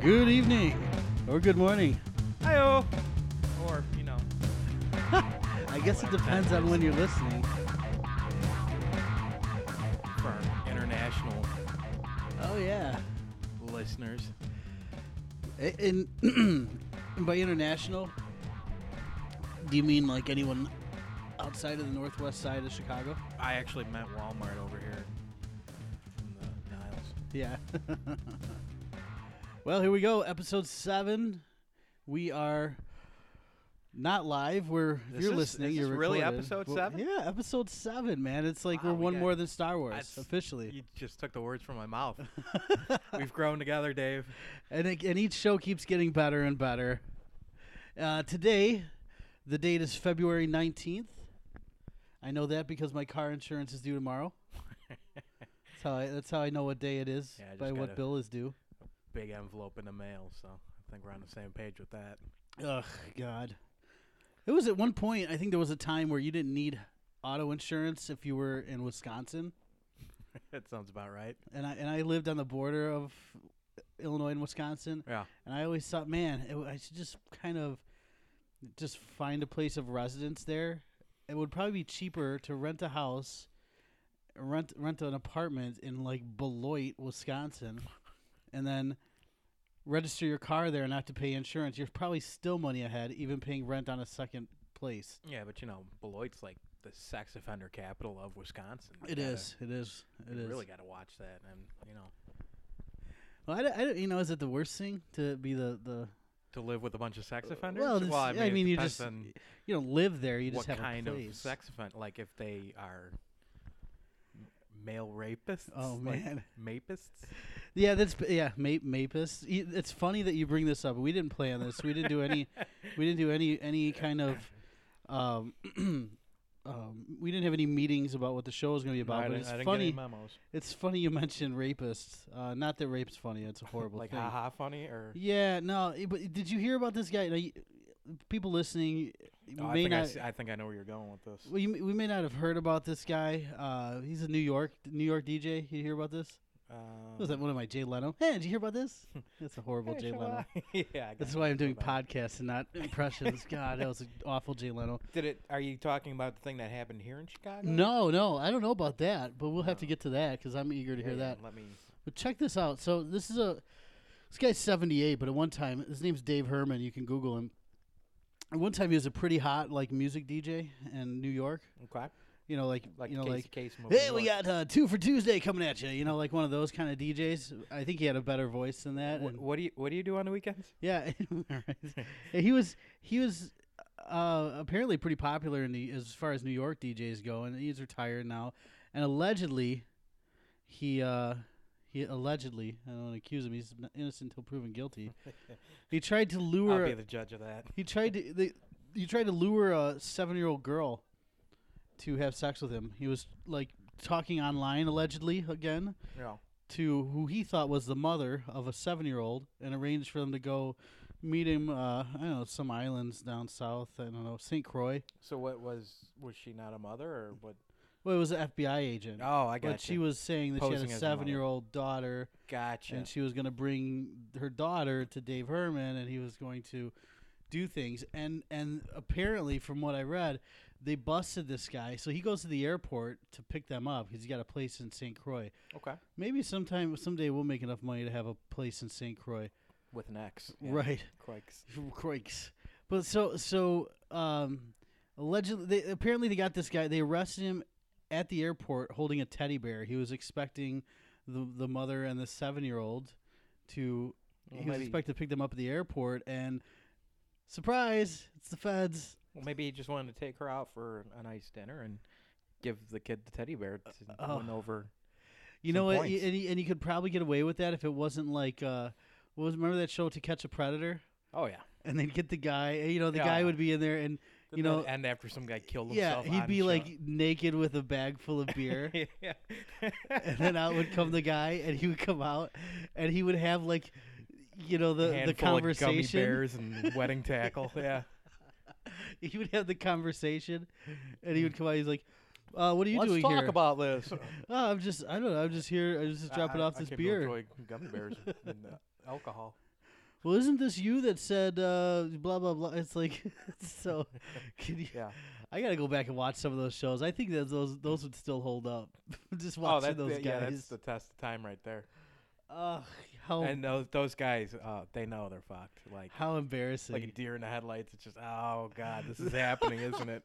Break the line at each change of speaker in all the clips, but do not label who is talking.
Good evening or good morning.
Hi-oh. Or, you know.
I guess it depends on when you're listening.
for our international
Oh yeah.
listeners.
A- And by international, do you mean like anyone outside of the northwest side of Chicago?
I actually met Walmart over here in the Niles.
Yeah. well, here we go. Episode seven. We are not live. We're if
This
you're
is-
listening.
is
you're
this really
recorded.
episode
Well,
seven?
Yeah, episode seven, man. It's like
Wow,
we're
we
one
got-
more than Star Wars
That's-
officially.
You just took the words from my mouth. We've grown together, Dave.
And it, and each show keeps getting better and better. Uh, today, the date is February nineteenth. I know that because my car insurance is due tomorrow. That's how I, that's how I know what day it is
Yeah, I just
by
gotta-
what bill is due.
Big envelope in the mail, so I think we're on the same page with that.
Ugh, God. It was at one point. I think there was a time where you didn't need auto insurance if you were in Wisconsin,
that sounds about right.
and I and I lived on the border of Illinois and Wisconsin.
Yeah.
And I always thought, man, it, I should just kind of just find a place of residence there. It would probably be cheaper to rent a house, rent rent an apartment in like Beloit, Wisconsin, and then register your car there and not to pay insurance. You're probably still money ahead, even paying rent on a second place.
Yeah, but you know, Beloit's like the sex offender capital of Wisconsin. You
It
gotta-
is. It is. It
you
is.
really got to watch that, and you know,
Well, I, don't- I don't- you know, is it the worst thing to be the the
to live with a bunch of sex offenders.
Uh, well? it's-
I mean, it
you
depends
just
on-
you don't live there. You just
what
have
kind
a place.
of sex offender? Like if they are m- male rapists?
Oh,
like
man.
mapists.
Yeah, that's yeah, ma- Mapus. You- It's funny that you bring this up. We didn't plan this. We didn't do any. we didn't do any any kind of. Um, um, we didn't have any meetings about what the show was going to be about. but it's funny.
memos.
It's funny you mentioned rapists. Uh, not that rape's funny. It's a horrible
Like
thing.
haha, funny or
Yeah, no. i- But did you hear about this guy? Now, y- people listening
Oh, I
may
think I
not.
s- I, think I know where you're going with this.
we, we may not have heard about this guy. Uh, he's a New York New York DJ. You hear about this? What was that
Um,
one of my Jay Leno? Hey, did you hear about this? That's a horrible
hey,
Jay
shall
Leno.
I? yeah, I
That's
got
why
you.
I'm doing
Hold on.
podcasts and not impressions. God, that was an awful Jay Leno.
Did it? Are you talking about the thing that happened here in Chicago?
No, no, I don't know about that, but we'll have to
No.
get to that because I'm eager to
Yeah,
hear
yeah,
that.
Let me.
But check this out. So this is a this guy's 78, but at one time his name's Dave Herman. You can Google him. At one time he was a pretty hot like music DJ in New York.
Okay.
You know, like,
Like
you know,
case,
like
case move.
Hey, we got uh, two for Tuesday coming at you. You know, like one of those kind of DJs. I think he had a better voice than that.
What,
and-
do you What do you do on the weekends?
Yeah, right. he was he was uh, apparently pretty popular in the as far as New York DJs go, and he's retired now. And allegedly, he uh, he allegedly I don't want to accuse him. He's n- innocent until proven guilty. he tried to
I'll be
lure.
the judge of that.
He tried to they, he tried to lure a seven year old girl to have sex with him. He was like talking online allegedly again
No.
to who he thought was the mother of a seven year old and arranged for them to go meet him, uh, I don't know, some islands down south. I don't know, St. Croix.
So what was was she not a mother or what?
Well, it was an FBI agent.
Oh, I got
but she was saying that
Posing
she had
as a
a seven year old daughter
Gotcha.
and she was going to bring her daughter to Dave Herman and he was going to do things. And, and apparently, from what I read, they busted this guy. So he goes to the airport to pick them up because he's got a place in St. Croix.
okay.
Maybe sometime, someday we'll make enough money to have a place in St. Croix.
With an X.
Right.
Quakes.
Crikes. But so so um allegedly they, apparently they got this guy they arrested him at the airport holding a teddy bear. He was expecting the the mother and the 7-year-old to
Well,
he was
maybe-
expected to pick them up at the airport and surprise, it's the feds.
Well, maybe he just wanted to take her out for a nice dinner and give the kid the teddy bear to
oh.
win over.
You
Some
know what?
points.
And you, and you could probably get away with that if it wasn't like uh what was remember that show to catch a predator
Oh yeah.
and they'd get the guy, you know, the
Yeah.
guy would be in there and You
Didn't that
know-
end after some guy killed
yeah,
himself.
he'd
on
be
show?
like naked with a bag full of beer.
yeah.
and then out would come the guy, and he would come out, and he would have like, you know, the the
Handful of gummy
conversation.
bears and wedding tackle. Yeah.
He would have the conversation, and he would come out. He's like, uh, "What are you
Hmm. Let's
doing
talk
here?
about this.
oh, I'm just, I don't know. I'm just here. I'm just dropping
I-
off
I
this
came to
beer.
enjoy gummy bears and uh, alcohol.
well, isn't this you that said uh, blah blah blah? It's like, so can you?
Yeah.
I gotta go back and watch some of those shows. I think that those those would still hold up. Just
Oh,
watching
that's
those
the,
guys. Oh.
yeah, that's the test of time right there.
Ugh, how
And those those guys, uh, they know they're fucked. Like
how embarrassing!
like a deer in the headlights. It's just oh god, this is happening, isn't it?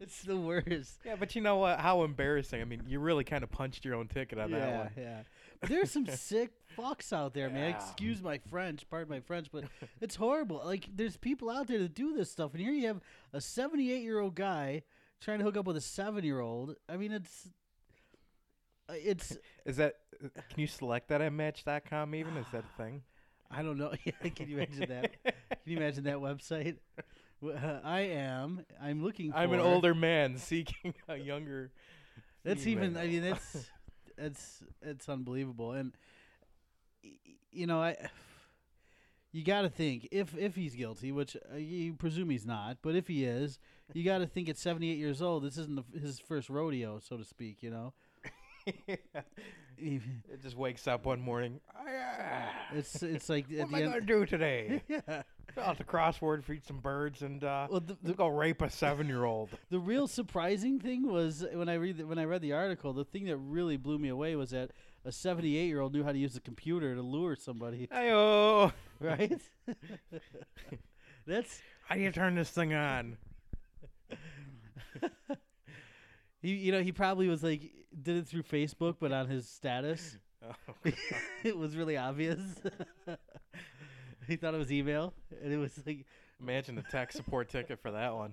it's the worst.
Yeah, but you know what? How embarrassing. I mean, you really kind of punched your own ticket on
yeah,
that one.
yeah. But There's some sick fucks out there, man.
Yeah.
Excuse my French, pardon my French, but it's horrible. Like there's people out there that do this stuff, and here you have a 78 year old guy trying to hook up with a seven year old. I mean, it's uh, it's
Is that? uh, Can you select that at Match.com? Even is that a thing?
I don't know. Yeah, can you imagine that? Can you imagine that website? Wh- Uh, I am. I'm looking. For,
I'm an older man seeking a younger.
That's even. I
female.
mean, that's that's it's unbelievable. And y- y- you know, I you got to think if if he's guilty, which uh, you presume he's not, but if he is, you got to think at 78 years old, this isn't the, f- his first rodeo, so to speak. You know, it's
It just wakes up one morning. "Ah,
it's like
what
at
am
the
I gonna
end.
do today?
Yeah.
Fill out the crossword, feed some birds, and uh,
Well, the,
let's go rape a seven-year-old.
the real surprising thing was when I read the, when I read the article. The thing that really blew me away was that a 78 year old knew how to use a computer to lure somebody.
Ayo,
Right? That's
how do you turn this thing on?
he. You know, he probably was like did it through Facebook, but on his status,
Oh,
it was really obvious. he thought it was email, and it was like
Imagine the tech support ticket for that one.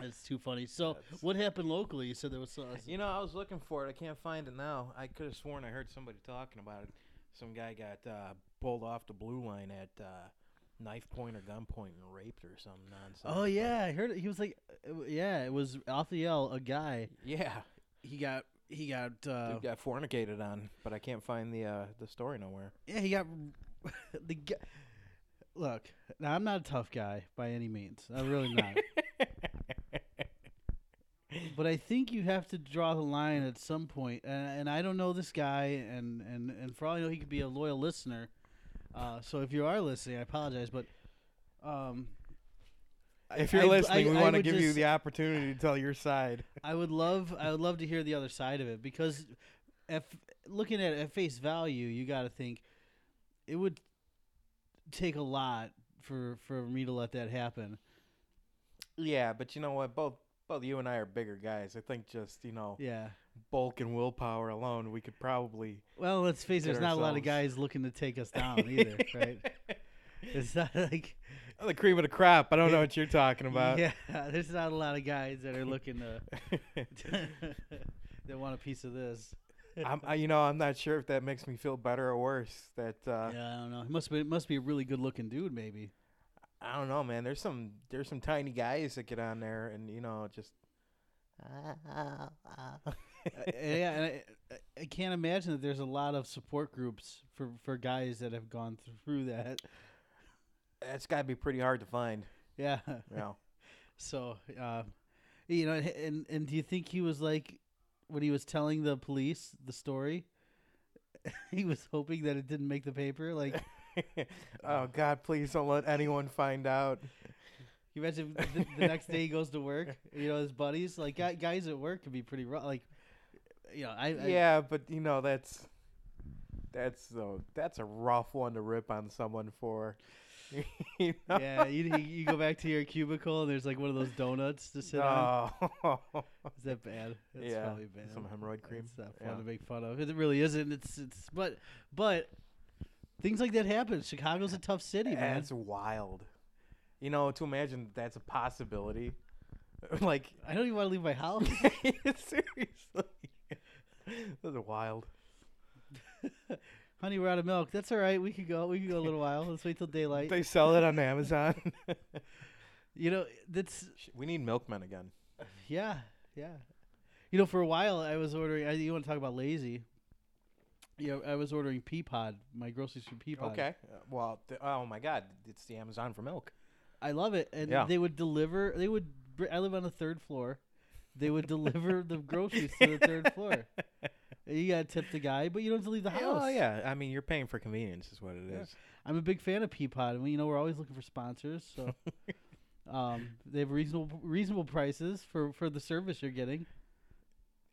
it's too funny. So,
That's-
what happened locally? You said there was. Uh,
You know, I was looking for it. I can't find it now. I could have sworn I heard somebody talking about it. Some guy got uh, pulled off the blue line at uh, knife point or gunpoint and raped or some nonsense.
oh
but-
yeah, I heard it. He was like, uh, yeah, it was Alphael, a guy.
yeah.
He got he got uh,
Dude got fornicated on, but I can't find the uh, the story nowhere.
Yeah, he got the guy. Look, now I'm not a tough guy by any means. I'm really not. but I think you have to draw the line at some point, and, and I don't know this guy, and, and, and for all I know, he could be a loyal listener. Uh, so if you are listening, I apologize, but um, I-
If you're
I-
listening,
I-
we
I
want to
would
give you
just-
the opportunity to tell your side.
I would love I would love to hear the other side of it because if looking at it at face value, you got to think it would take a lot for for me to let that happen.
Yeah, but you know what? Both both you and I are bigger guys. I think just you know
Yeah.
bulk and willpower alone, we could probably
Well, let's face it,
Get
there's not a lot of
ourselves.
guys looking to take us down either, right? It's not like
I'm the cream of the crop. I don't know
Yeah.
what you're talking about.
yeah, there's not a lot of guys that are looking to that want a piece of this.
I'm, I, you know, I'm not sure if that makes me feel better or worse. That uh,
yeah, I don't know. He must be it must be a really good looking dude, maybe.
I don't know, man. There's some there's some tiny guys that get on there, and you know, just
Uh, yeah, and I, I- I can't imagine that there's a lot of support groups for, for guys that have gone through that.
that's got to be pretty hard to find.
Yeah.
You know,
So, uh, you know, and, and and do you think he was like when he was telling the police the story? he was hoping that it didn't make the paper. Like, can
oh God, please don't let anyone find out.
you imagine if the, the next day he goes to work. You know, his buddies like guy, guys at work can be pretty rough. Like, you know, I, I
yeah, but you know, that's that's a, that's a rough one to rip on someone for. you know?
yeah. You, you you go back to your cubicle and there's like one of those donuts to sit on.
No.
Is that bad? That's
Yeah,
probably bad.
some hemorrhoid cream.
It's not fun
Yeah.
to make fun of. It really isn't. It's it's but but things like that happen. Chicago's a tough city, man.
That's wild. You know, to imagine that's a possibility. like
I don't even want to leave my house.
seriously. That's wild.
Honey, we're out of milk. That's all right. We could go. We could go a little while. Let's wait till daylight.
They sell it on Amazon.
you know, that's
we need milkmen again.
yeah, yeah. You know, for a while I was ordering. I, you want to talk about lazy? Yeah, I was ordering Peapod, my groceries from Peapod.
Okay. Uh, well, th- oh my God, it's the Amazon for milk.
I love it. And
Yeah.
they would deliver. They would. br- I live on the third floor. They would deliver the groceries to the third floor. You gotta tip the guy, but you don't have to leave the house.
Oh yeah, I mean you're paying for convenience is what it
Yeah.
is.
I'm a big fan of Peapod, and we, you know we're always looking for sponsors. So, um, they have reasonable reasonable prices for for the service you're getting.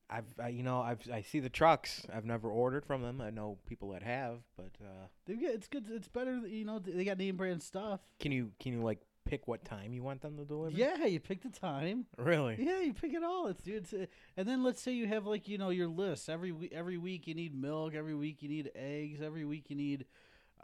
I've I, you know I've I see the trucks. I've never ordered from them. I know people that have, but uh,
They get it's good. It's better. that, You know they got name brand stuff.
can you can you like pick what time you want them to deliver?
Yeah, you pick the time.
really.
Yeah, you pick it all. It's dude. It's, uh, and then let's say you have like you know your list every we- every week. You need milk. Every week you need eggs. Every week you need,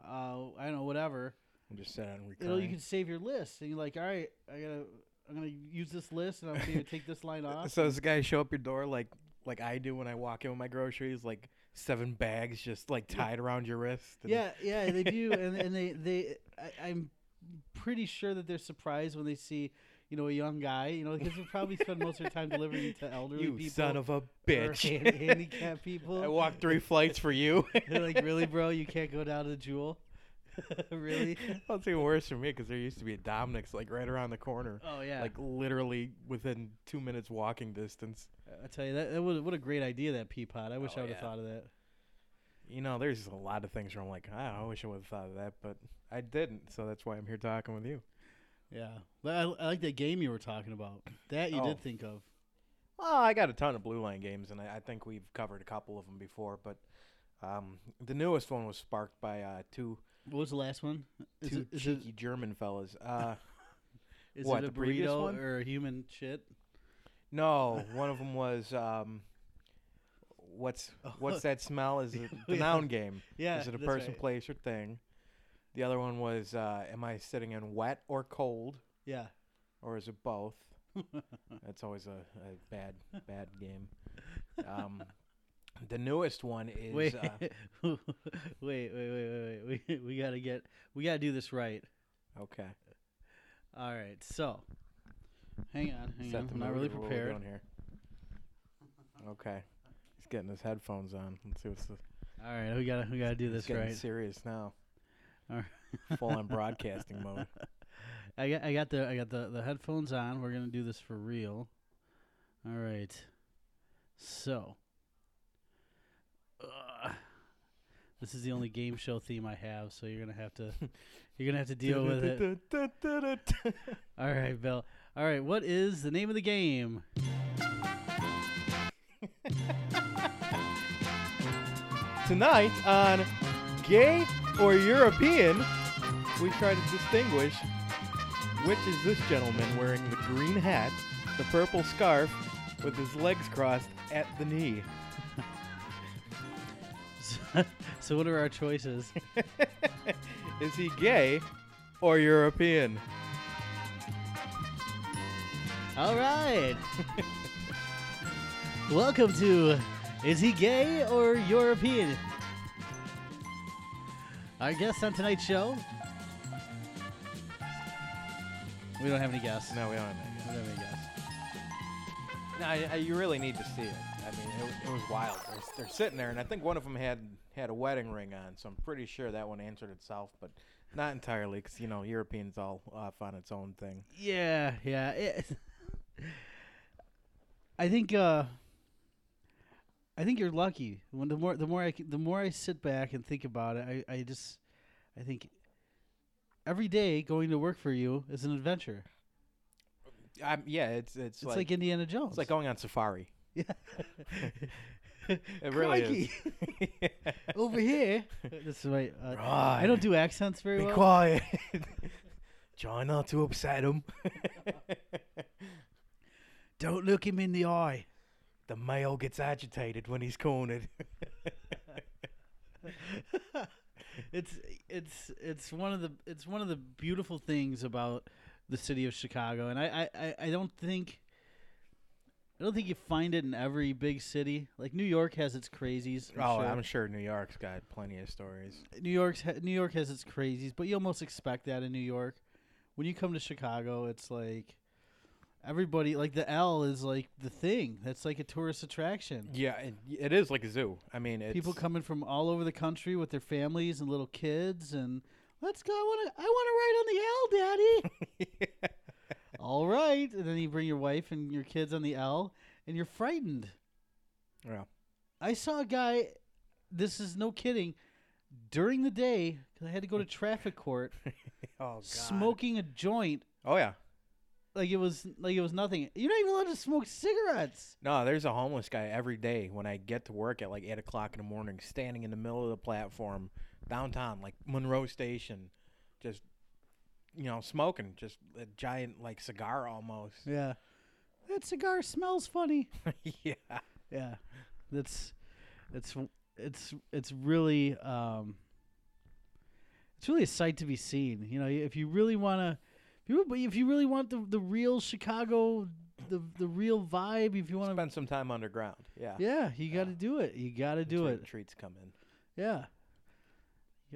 uh, I don't know whatever.
I'm just set on
It'll, you
recurring.
can save your list, and you're like, all right, I gotta I'm gonna use this list, and I'm gonna take this line off.
So does the guy show up your door like like I do when I walk in with my groceries, like seven bags just like tied around your wrist? and-
Yeah, yeah, they do, and and they they I, I'm pretty sure that they're surprised when they see you know a young guy, you know, because they probably spend most of their time delivering to elderly
You
people,
son of a
or
bitch.
hand- handicapped people.
I walked three flights for you.
They're like, really, bro, you can't go down to Jewel, really?
Well, it's even worse for me because there used to be a Dominic's like right around the corner,
Oh yeah,
like literally within two minutes walking distance.
I tell you that, that was, what a great idea that Peapod. I wish
Oh,
I would have
yeah.
thought of that.
You know, there's a lot of things where I'm like, "Ah, I wish I would have thought of that, but I didn't. So that's why I'm here talking with you.
Yeah, but I, I like that game you were talking about. That you
Oh.
did think of.
Well, I got a ton of blue line games, and I, I think we've covered a couple of them before. But um, the newest one was sparked by uh, two
What was the last one? Is
two
it, is it,
cheeky German fellas. Uh,
is
what,
it a
the previous
burrito
one?
or a human shit?
no, one of them was um, what's what's that smell? Is it the
Yeah.
noun game?
Yeah,
Is it a
that's
person,
right.
place, or thing? The other one was, uh, am I sitting in wet or cold,
Yeah.
or is it both? That's always a, a bad, bad game. Um, the newest one is.
wait,
Uh,
wait, wait, wait, wait, wait. We we gotta get we gotta do this right.
okay.
All right, so hang on, hang
Set
on.
the
I'm not
mood
really
for what we're
prepared.
doing here. Okay. He's getting his headphones on. Let's see what's the,
All right, we gotta we gotta do
he's
this
getting
right.
serious now.
All
Full on broadcasting mode.
I got I got the I got the the headphones on. We're gonna do this for real. All right, so Ugh. this is the only game show theme I have. So you're gonna have to you're gonna have to deal with it. All right, Bill. All right, what is the name of the game?
Tonight on Gay or European, we try to distinguish which is this gentleman wearing the green hat, the purple scarf, with his legs crossed at the knee.
so what are our choices?
is he gay or European?
All right. Welcome to Is He Gay or European? Our guest on tonight's show. We don't have any guests.
No, we don't have that yet.
We don't have any guests.
No, I, I, you really need to see it. I mean, it, wa- it was wild. They're, they're sitting there, and I think one of them had had a wedding ring on, so I'm pretty sure that one answered itself, but not entirely, because you know Europeans all off on its own thing.
Yeah, yeah. it- I think uh I think you're lucky. When the more the more I c- the more I sit back and think about it, I I just I think every day going to work for you is an adventure.
Um, yeah, it's it's,
It's
like,
like, Indiana Jones.
it's like going on safari.
yeah.
It really is.
Over here. This is my. Uh, I
Right.
don't do accents very
Be
well.
quiet. Try not to upset him.
Don't look him in the eye.
the male gets agitated when he's cornered.
it's it's it's one of the it's one of the beautiful things about the city of Chicago, and I I, I, I don't think. I don't think you find it in every big city. Like New York has its crazies. I'm
oh,
sure.
I'm sure New York's got plenty of stories.
New York's ha- New York has its crazies, but you almost expect that in New York. When you come to Chicago, it's like everybody like the L is like the thing. That's like a tourist attraction.
Yeah, it, it is like a zoo. I mean, it's,
People coming from all over the country with their families and little kids and let's go. I want to I want to ride on the L, daddy. all right. And then you bring your wife and your kids on the L and you're frightened.
Yeah.
I I saw a guy. This is no kidding. During the day, 'cause I had to go to traffic court,
Oh god.
smoking a joint
Oh yeah.
like it was like it was nothing. You're not even allowed to smoke cigarettes.
No, there's a homeless guy every day when I get to work at like eight o'clock in the morning, standing in the middle of the platform downtown, like Monroe Station, just you know, smoking, just a giant like cigar almost.
Yeah, that cigar smells funny.
yeah.
Yeah, that's it's it's it's really um it's really a sight to be seen. You know, if you really want to, if you but if you really want the the real Chicago, the the real vibe, if you want to,
Spend some time underground. Yeah.
yeah, you got to do it. You got to do
Treat-
it.
Treats come in.
Yeah.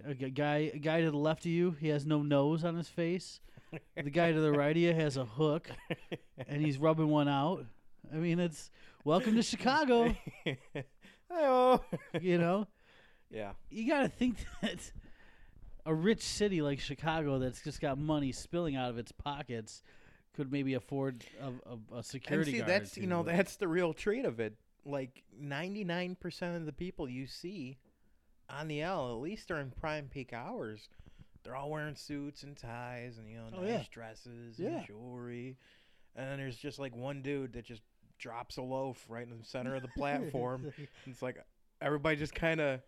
A g- guy, a guy to the left of you, he has no nose on his face. The guy to the right of you has a hook, and he's rubbing one out. I mean, it's welcome to Chicago.
Hey-oh.
You know,
yeah.
you got to think that a rich city like Chicago, that's just got money spilling out of its pockets, could maybe afford a, a, a
And
security
see,
guard. or
that's you
two,
know,
but-
that's the real treat of it. Like ninety nine percent of the people you see on the L, at least during prime peak hours, they're all wearing suits and ties and you know,
Oh,
nice
yeah.
dresses
Yeah.
and jewelry. And then there's just like one dude that just drops a loaf right in the center of the platform. it's like everybody just kinda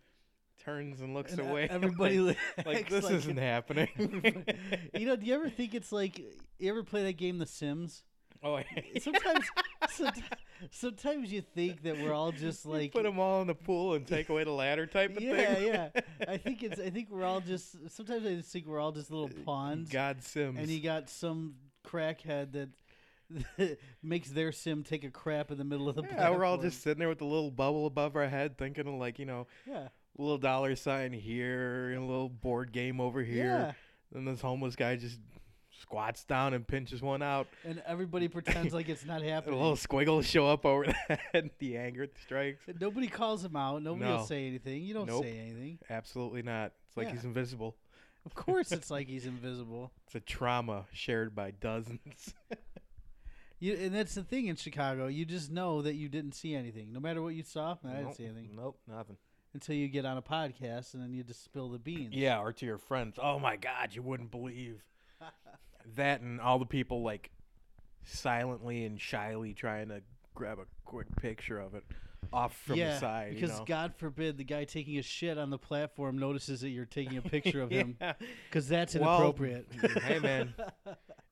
turns and looks
And e-
away.
Everybody
like,
acts
like this
like-
isn't happening.
You know, do you ever think it's like you ever play that game The Sims?
oh,
sometimes, sometimes, sometimes you think that we're all just
You
like,
put them all in the pool and take away the ladder type of
yeah,
thing.
yeah. I think it's. I think we're all just. Sometimes I just think we're all just little
Uh,
pawns,
God Sims.
and you got some crackhead that makes their sim take a crap in the middle of the.
yeah, we're all
platform.
just sitting there with the little bubble above our head, thinking of like you know,
Yeah,
little dollar sign here and a little board game over
yeah.
here. And this homeless guy just squats down and pinches one out.
And everybody pretends like it's not
And
happening.
little squiggles show up over the head. The anger strikes.
And Nobody calls him out. Nobody will
No.
say anything. You don't
Nope.
say anything.
Absolutely not. It's like
Yeah.
he's invisible.
Of course, it's like he's invisible.
It's a trauma shared by dozens.
You, and that's the thing in Chicago. You just know that you didn't see anything. No matter what you saw, I didn't
Nope.
see anything.
Nope, nothing.
until you get on a podcast and then you just spill the beans.
Yeah, or to your friends. Oh my God, you wouldn't believe that, and all the people like silently and shyly trying to grab a quick picture of it off from
Yeah,
the side.
because
you know?
God forbid the guy taking a shit on the platform notices that you're taking a picture of him
Yeah.
because that's
Well,
inappropriate.
hey man,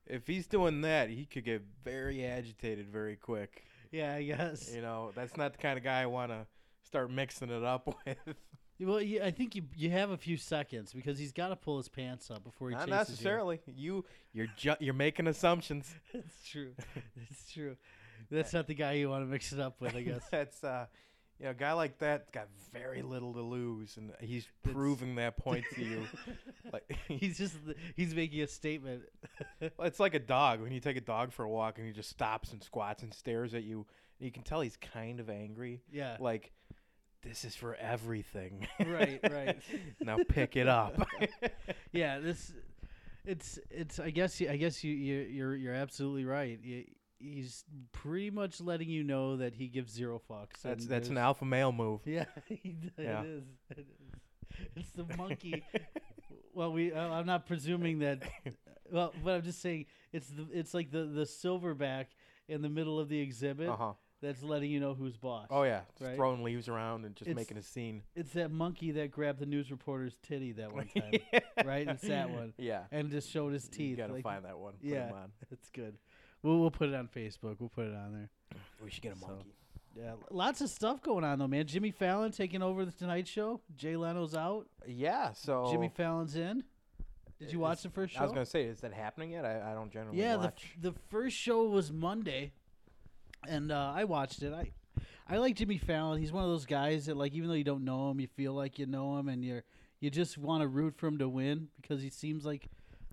if he's doing that, he could get very agitated very quick.
yeah, I guess.
You know, that's not the kind of guy I want to start mixing it up with.
Well, you, I think you you have a few seconds because he's got to pull his pants up before he
Not
chases
necessarily. You, you're ju- you're making assumptions.
you. It's true. It's true. That's not the guy you want to mix it up with, I guess.
that's uh you know, a guy like that's got very little to lose, and he's
That's-
proving that point to you. Like
he's just he's making a statement.
it's like a dog when you take a dog for a walk, and he just stops and squats and stares at you. And you can tell he's kind of angry.
Yeah.
Like this is for everything.
Right, right.
now pick it up.
yeah this it's it's i guess you- i guess you you- you're you're absolutely right you, he's pretty much letting you know that he gives zero fucks
that's
and
that's an
there's-
alpha male move.
yeah, he d-
Yeah.
It, is, it is it's the monkey well we uh, i'm not presuming that well but i'm just saying it's the it's like the the silverback in the middle of the exhibit
Uh huh.
that's letting you know who's boss
Oh yeah, just
Right.
throwing leaves around and just
It's-
making a scene.
it's that monkey that grabbed the news reporter's titty that one time right? It's that one.
Yeah.
and just showed his
You
teeth
gotta
like-
find that one. Put
yeah.
him on.
It's good. We'll we'll put it on Facebook. We'll put it on there.
We should get a
So-
monkey.
Yeah, lots of stuff going on though, man. Jimmy Fallon taking over the Tonight Show. Jay Leno's out.
Yeah. So
Jimmy Fallon's in. Did you
Is-
watch the first show?
Oh. I was gonna say, is that happening yet? I, I don't generally
yeah, the,
watch.
f- the first show was Monday, and uh, I watched it. I I like Jimmy Fallon. He's one of those guys that like even though you don't know him, you feel like you know him, and you're you just want to root for him to win because he seems like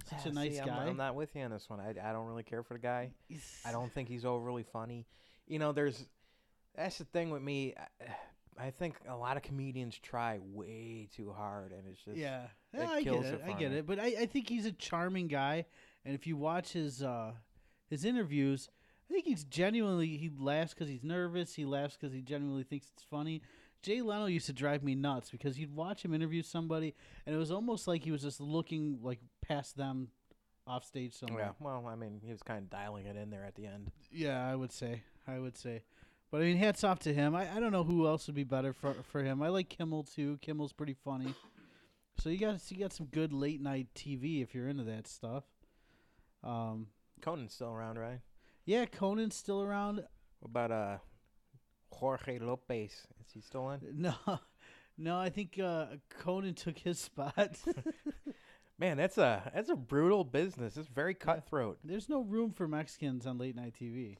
such
Yeah,
a nice
see, I'm-
guy.
I'm, not with you on this one. I, I don't really care for the guy.
He's-
I don't think he's overly funny. You know, there's that's the thing with me. I, I think a lot of comedians try way too hard, and it's just
yeah,
it
Yeah, I get
kills
it.
it
I
for
get
me.
it. But I, I think he's a charming guy, and if you watch his uh, his interviews, I think he's genuinely he laughs because he's nervous. He laughs because he genuinely thinks it's funny. Jay Leno used to drive me nuts because you'd watch him interview somebody, and it was almost like he was just looking like past them, off stage
Yeah.
somewhere.
Well, I mean, he was kind of dialing it in there at the end.
Yeah, I would say, I would say, but I mean, hats off to him. I, I don't know who else would be better for for him. I like Kimmel too. Kimmel's pretty funny. So you got you got some good late night TV if you're into that stuff. Um,
Conan's still around, right?
yeah, Conan's still around.
What about uh, Jorge Lopez? Is he still on?
No, no, I think uh, Conan took his spot.
Man, that's a that's a brutal business. It's very cutthroat.
There's no room for Mexicans on late night TV.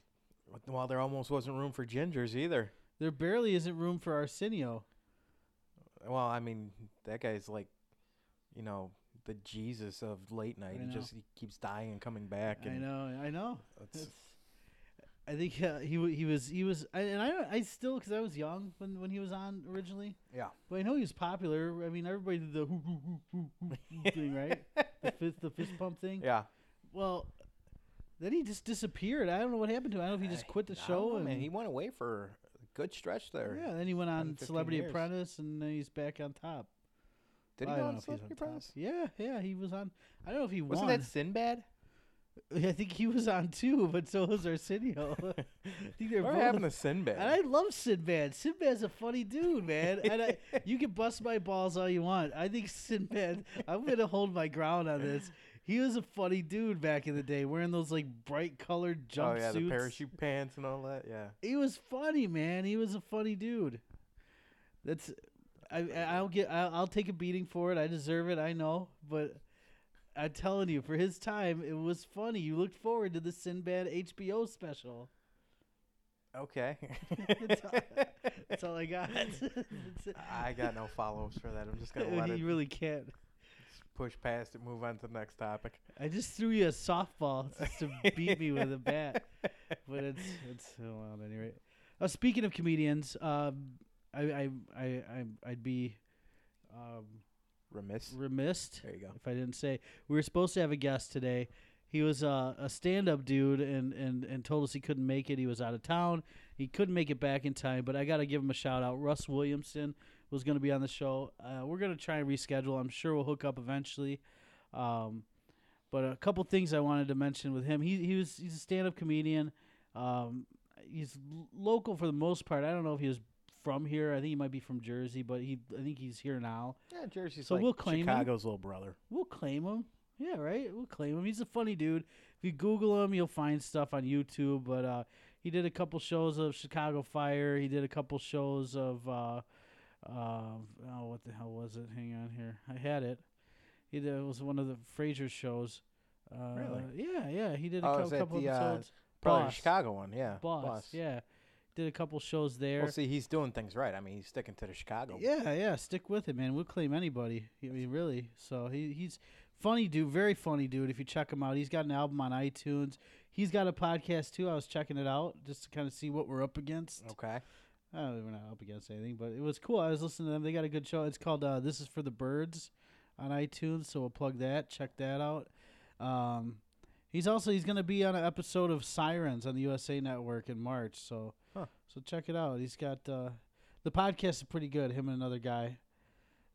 While there almost wasn't room for gingers either.
There barely isn't room for Arsenio.
Well, I mean, that guy's like, you know, the Jesus of late night.
I
He
know.
just he keeps dying and coming back.
I
And
know, I know.
It's,
It's- I think uh, he wa- he was he was I, and I don't- I still because I was young when when he was on originally.
Yeah.
but I know he was popular. I mean, everybody did the hoo, hoo, hoo, hoo, hoo, hoo thing, right? The fist the fist pump thing.
yeah.
Well, then he just disappeared. I don't know what happened to him. I don't know if he just
I-
quit the
I don't
show
know,
and
man, he went away for a good stretch there.
yeah. Then he went
10,
on
15
Celebrity
years.
Apprentice and then he's back on top.
Did
I
he go
don't
on
know if he's
Celebrity
top.
Apprentice?
Yeah, yeah, he was on. I don't know if he
Wasn't
won.
that Sinbad?
I think he was on too, but so was Arsenio. I think they're
What
both-
happened to Sinbad?
And I love Sinbad. Sinbad's a funny dude, man. And I, you can bust my balls all you want. I think Sinbad. I'm gonna hold my ground on this. He was a funny dude back in the day, wearing those like bright colored
oh
jumpsuits.
yeah, the parachute pants and all that. Yeah.
He was funny, man. He was a funny dude. That's. I I- I'll get I'll, I'll take a beating for it. I deserve it. I know, but I'm telling you, for his time, it was funny. You looked forward to the Sinbad HBO special.
Okay.
That's all- That's all I got. That's it.
I got no follow-ups for that. I'm just gonna let it
you really can't.
push past it. Move on to the next topic.
I just threw you a softball just to beat me with a bat, but it's it's oh, well, at any rate. Uh, speaking of comedians, um, I, I I I I'd be um,
Remiss.
remiss
There you go.
if I didn't say we were supposed to have a guest today. He was uh, a stand-up dude and, and, and told us he couldn't make it. He was out of town. He couldn't make it back in time, but I got to give him a shout out. Russ Williamson was going to be on the show. Uh, we're going to try and reschedule. I'm sure we'll hook up eventually. Um, but a couple things I wanted to mention with him. He he was he's a stand-up comedian. Um, he's l- local for the most part. I don't know if he was from here. I think he might be from Jersey, but he I think he's here now.
Yeah, Jersey's
So
like
we'll claim him.
Chicago's little brother.
We'll claim him. Yeah, right. We'll claim him. He's a funny dude. If you Google him, you'll find stuff on YouTube. But uh, he did a couple shows of Chicago Fire. He did a couple shows of uh, uh, oh, what the hell was it? Hang on here. I had it. He did, it was one of the Frasier shows. Uh,
Really?
Yeah, yeah. He did a
Oh,
cou-
is that
couple
the, uh,
episodes.
Probably the
Boss.
Chicago one. Yeah.
Boss, Yeah, did a couple shows there.
Well, see, he's doing things right. I mean, he's sticking to the Chicago.
Yeah, yeah. Stick with it, man. We'll claim anybody. I mean, really. So he he's funny dude, very funny dude. If you check him out, he's got an album on iTunes. He's got a podcast too. I was checking it out just to kind of see what we're up against.
Okay.
I don't know, we're not up against anything, but it was cool. I was listening to them. They got a good show. It's called uh, "This Is for the Birds" on iTunes. So we'll plug that. Check that out. Um, he's also he's gonna be on an episode of Sirens on the USA Network in March. So
Huh.
so check it out. He's got uh, the podcast is pretty good. Him and another guy.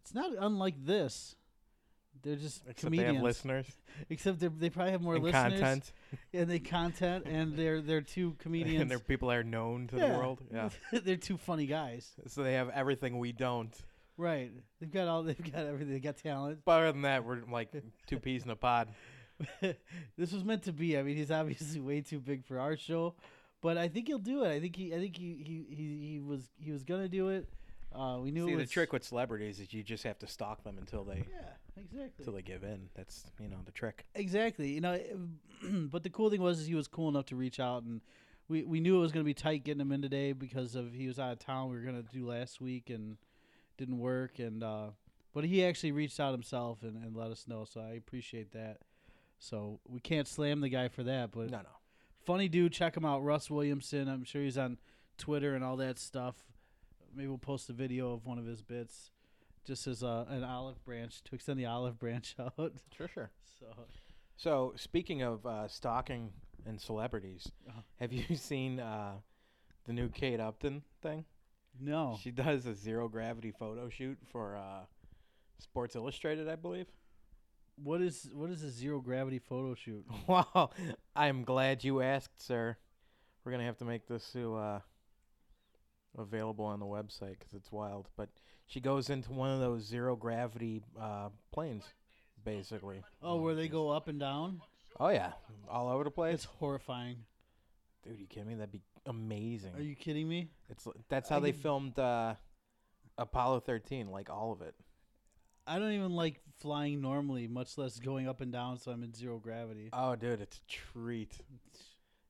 It's not unlike this. They're just
Except
comedians,
they have listeners
except they're- they probably have more
and
listeners
content,
and they content, and they're they're two comedians.
and they're people that are known to the
Yeah.
world. Yeah.
they're two funny guys.
so they have everything we don't.
Right. They've got all. They've got everything. They got talent.
But other than that, we're like two peas in a pod.
this was meant to be. I mean, he's obviously way too big for our show, but I think he'll do it. I think he. I think he. He. He, he was. He was gonna do it. Uh, we knew
See,
it
the
was
trick with celebrities is you just have to stalk them until they
Yeah. Exactly.
until they give in. That's you know the trick.
Exactly. You know, it- but the cool thing was is he was cool enough to reach out, and we we knew it was gonna be tight getting him in today because of he was out of town. We were gonna do last week and didn't work, and uh, but he actually reached out himself and, and let us know. So I appreciate that. So we can't slam the guy for that, but
No, no.
funny dude. Check him out, Russ Williamson. I'm sure he's on Twitter and all that stuff. Maybe we'll post a video of one of his bits, just as a, an olive branch to extend the olive branch out.
Sure, sure.
So.
So speaking of uh, stalking and celebrities,
Uh-huh.
have you seen uh, the new Kate Upton thing?
No.
She does a zero gravity photo shoot for uh, Sports Illustrated, I believe.
What is what is a zero gravity photo shoot?
Wow, I'm glad you asked, sir. We're gonna have to make this to uh, available on the website because it's wild. But she goes into one of those zero gravity uh, planes, basically.
Oh, where they go up and down?
Oh yeah, all over the
It's
place.
horrifying.
Dude, you kidding me? That'd be amazing.
Are you kidding me?
It's l- that's how
I
they
could-
filmed uh, Apollo 13, like all of it.
I don't even like flying normally, much less going up and down. So I'm in zero gravity.
Oh, dude, it's a treat.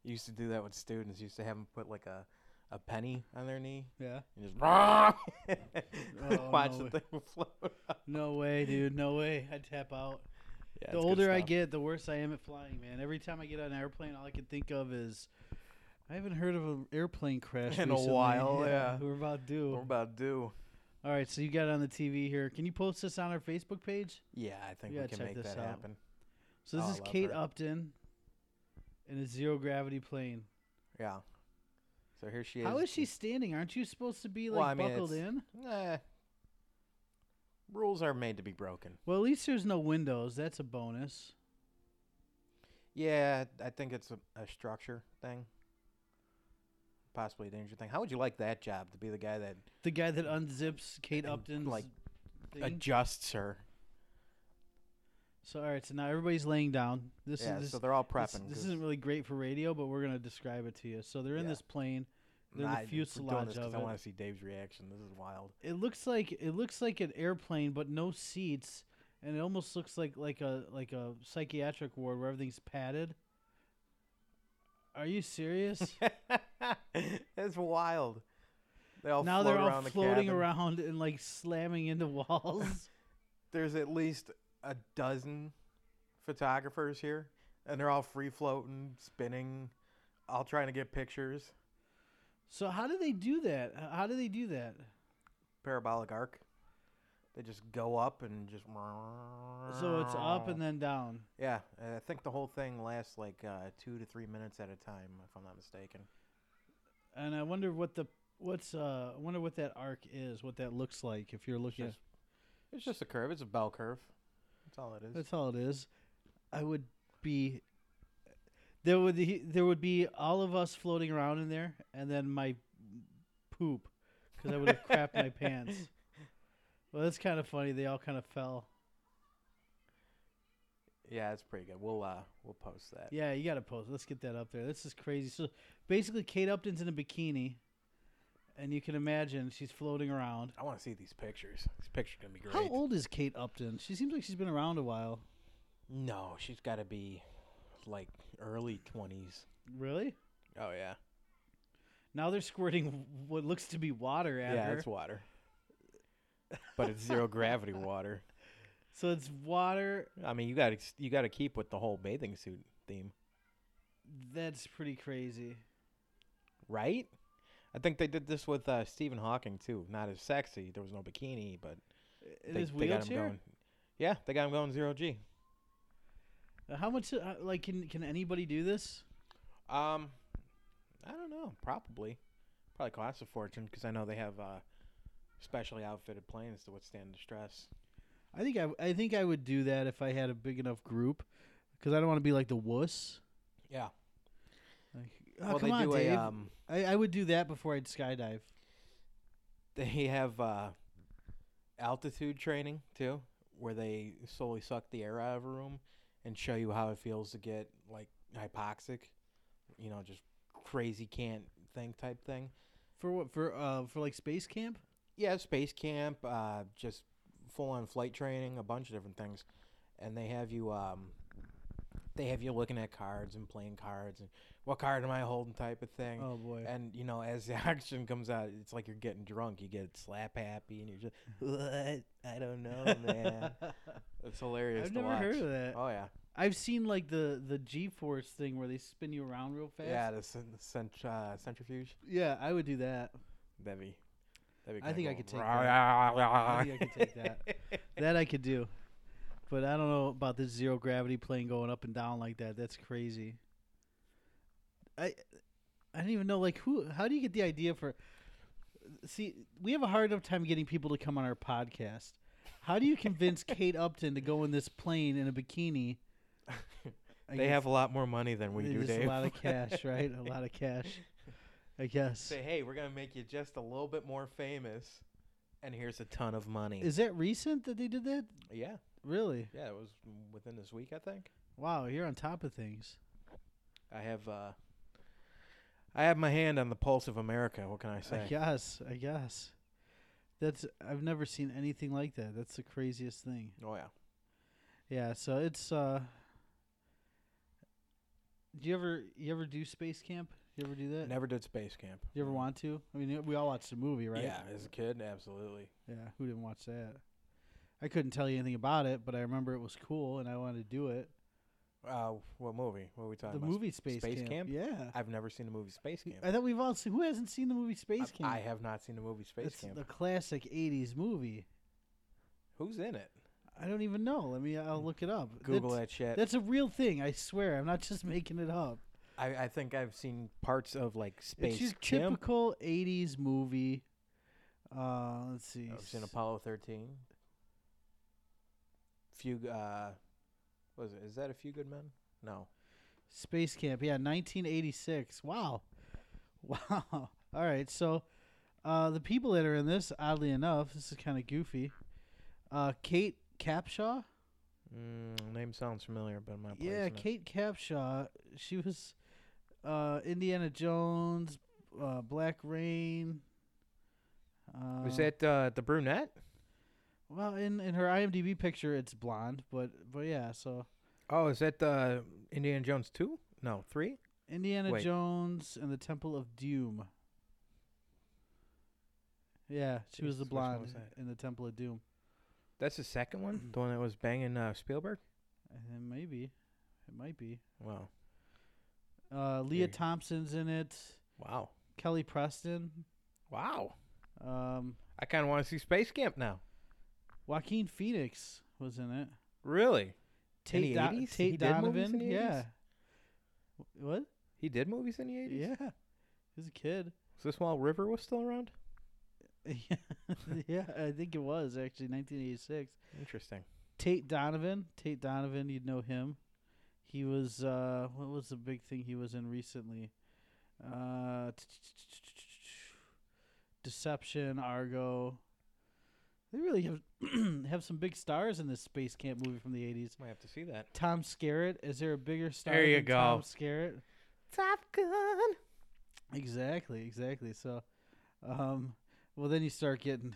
Used to do that with students. Used to have them put like a, a penny on their knee
Yeah.
and just watch
Oh, no
the thing float. up.
No way, dude. No way. I tap out. the
Yeah, it's good
older I
stuff.
get, the worse I am at flying, man. Every time I get on an airplane, all I can think of is I haven't heard of an airplane crash
In a
recently."
while, yeah.
We're about
we're
due.
about due.
All right, so you got it on the TV here. Can you post this on our Facebook page?
Yeah, I think
You
we
gotta
can
check
make
this
that
out.
happen.
So this
Oh, I
is
love
Kate
her.
Upton in a zero gravity plane.
Yeah. So here she is.
How is she standing? Aren't you supposed to be like
Well, I mean,
buckled
it's-
in?
Nah. Rules are made to be broken.
Well, at least there's no windows. That's a bonus.
Yeah, I think it's a, a structure thing. Possibly a danger thing. How would you like that job to be the guy that
The guy that unzips Kate
And,
Upton's
like,
thing.
adjusts her?
so all right, so now everybody's laying down. This
yeah,
is this,
so they're all
this-
prepping.
This,
'cause-
isn't really great for radio, but we're gonna describe it to you. So they're in
Yeah.
this plane. They're in
Nah,
the
I- we're doing
fuselage
this 'cause
of
I
it.
want to see Dave's reaction. This is wild.
It looks like it looks like an airplane, but no seats, and it almost looks like like a like a psychiatric ward where everything's padded. Are you serious?
That's wild. They all
now
float
they're all
around the
floating
cabin.
around and like slamming into walls.
There's at least a dozen photographers here, and they're all free floating, spinning, all trying to get pictures.
so how do they do that? H- How do they do that?
Parabolic arc. They just go up and just.
So it's up and then down.
Yeah, and I think the whole thing lasts like uh, two to three minutes at a time, if I'm not mistaken.
And I wonder what the what's uh I wonder what that arc is, what that looks like if you're looking at
just- It's just a curve. It's a bell curve. That's all it is.
That's all it is. I would be there would he, there would be all of us floating around in there and then my poop cuz I would have crapped my pants. Well, that's kind of funny. They all kind of fell.
Yeah, it's pretty good. We'll uh, we'll post that.
Yeah, you got to post. Let's get that up there. This is crazy. So basically Kate Upton's in a bikini and you can imagine she's floating around.
I want to see these pictures. These pictures gonna be great.
How old is Kate Upton? She seems like she's been around a while.
No, she's got to be like early twenties.
Really?
Oh yeah,
Now they're squirting what looks to be water at
yeah,
her.
it's water, but it's zero gravity water.
so it's water.
I mean, you got to you got to keep with the whole bathing suit theme,
That's pretty crazy.
right? I think they did this with uh, Stephen Hawking too. Not as sexy. There was no bikini, but
In
they,
his
they got him
wheelchair.
going. Yeah, they got him going zero g.
Uh, How much? Uh, like, can can anybody do this?
Um, I don't know. Probably, probably costs a fortune because I know they have uh, specially outfitted planes to withstand the stress.
I think I I think I would do that if I had a big enough group, because I don't want to be like the wuss.
Yeah.
Like, oh, come on, Dave.
um,
I, I would do that before I'd skydive.
they have uh, altitude training too, where they slowly suck the air out of a room and show you how it feels to get like hypoxic, you know, just crazy can't think type thing.
For what? For uh for like space camp?
Yeah, space camp, uh, just full on flight training, a bunch of different things, and they have you. Um, they have you looking at cards and playing cards and what card am I holding type of thing.
Oh boy.
And you know, as the action comes out, it's like you're getting drunk. You get slap happy, and you're just what? I don't know, man. it's hilarious.
I've
to
never
watch.
heard of that.
Oh yeah,
I've seen like the the G force thing where they spin you around real fast.
yeah. The cent- cent- uh, centrifuge.
Yeah, I would do that.
That'd be. That'd be
I think I
kinda
could
cool.
take
I
think I could take
that.
That I could do. But I don't know about this zero gravity plane going up and down like that. That's crazy. I I don't even know like who how do you get the idea for see, we have a hard enough time getting people to come on our podcast. How do you convince Kate Upton to go in this plane in a bikini? I
They
guess
have a lot more money than we
it's
do,
just
Dave.
a lot of cash, right? A lot of cash, I guess.
Say, hey, we're gonna make you just a little bit more famous, and here's a ton of money.
Is that recent that they did that?
yeah,
Really?
yeah, it was within this week, I think.
Wow, you're on top of things.
I have, uh, I have my hand on the pulse of America. What can I say?
I guess. I guess. That's I've never seen anything like that. That's the craziest thing.
Oh yeah.
Yeah, so it's uh Do you ever you ever do space camp? You ever do that?
Never did space camp.
You ever want to? I mean, we all watched the movie, right?
Yeah, as a kid, absolutely.
Yeah, who didn't watch that? I couldn't tell you anything about it, but I remember it was cool and I wanted to do it.
Uh, what movie? What are we
The
talking about?
movie Space,
Space Camp?
Yeah.
I've never seen the movie Space Camp.
I thought we've all seen, who hasn't seen the movie Space
I-
Camp?
I have not seen the movie Space
it's
Camp.
the classic 80s movie.
Who's in it?
I don't even know. Let me I'll look it up.
Google
That's-
that shit.
That's a real thing, I swear. I'm not just making it up.
I, I think I've seen parts of like
It's
Space
just
Camp.
typical '80s movie. Uh, let's see.
I've seen Apollo 13. Few, uh, what is it? Is that a Few Good Men? No.
Space Camp. Yeah, 1986. Wow, wow. All right. So, uh, the people that are in this, oddly enough, this is kind of goofy. Uh, Kate Capshaw.
Mm, name sounds familiar, but my
yeah, Kate Capshaw. She was uh, Indiana Jones, uh, Black Rain. Uh,
Was that uh, the brunette?
well in in her IMDb picture? It's blonde, but but yeah. So
Oh, is that uh, Indiana Jones two? No, three.
Indiana
Wait.
Jones and the Temple of Doom. Yeah, she was the
Jesus, which one
blonde
was that?
in the Temple of Doom.
That's the second one, the one that was banging uh, Spielberg.
And then maybe, it might be.
Wow,
Uh, Leah
Maybe.
Thompson's in it.
wow,
Kelly Preston.
wow!
Um,
I kind of want to see Space Camp now.
Joaquin Phoenix was in it.
Really? In
Tate,
the
Do-
80s?
Tate
He did movies in
Donovan.
the
yeah. Wh- What?
He did movies in the eighties.
Yeah. He was a kid.
Was this while River was still around?
yeah, I think it was actually 1986.
Interesting.
Tate Donovan. Tate Donovan, you'd know him. He was uh what was the big thing he was in recently? Uh Deception, Argo. They really have have some big stars in this space camp movie from the eighties.
Might have to see that.
Tom Skerritt, is there a bigger star
There you
than Tom
go.
Skerritt?
Top Gun.
Exactly, exactly. So, um, well, then you start getting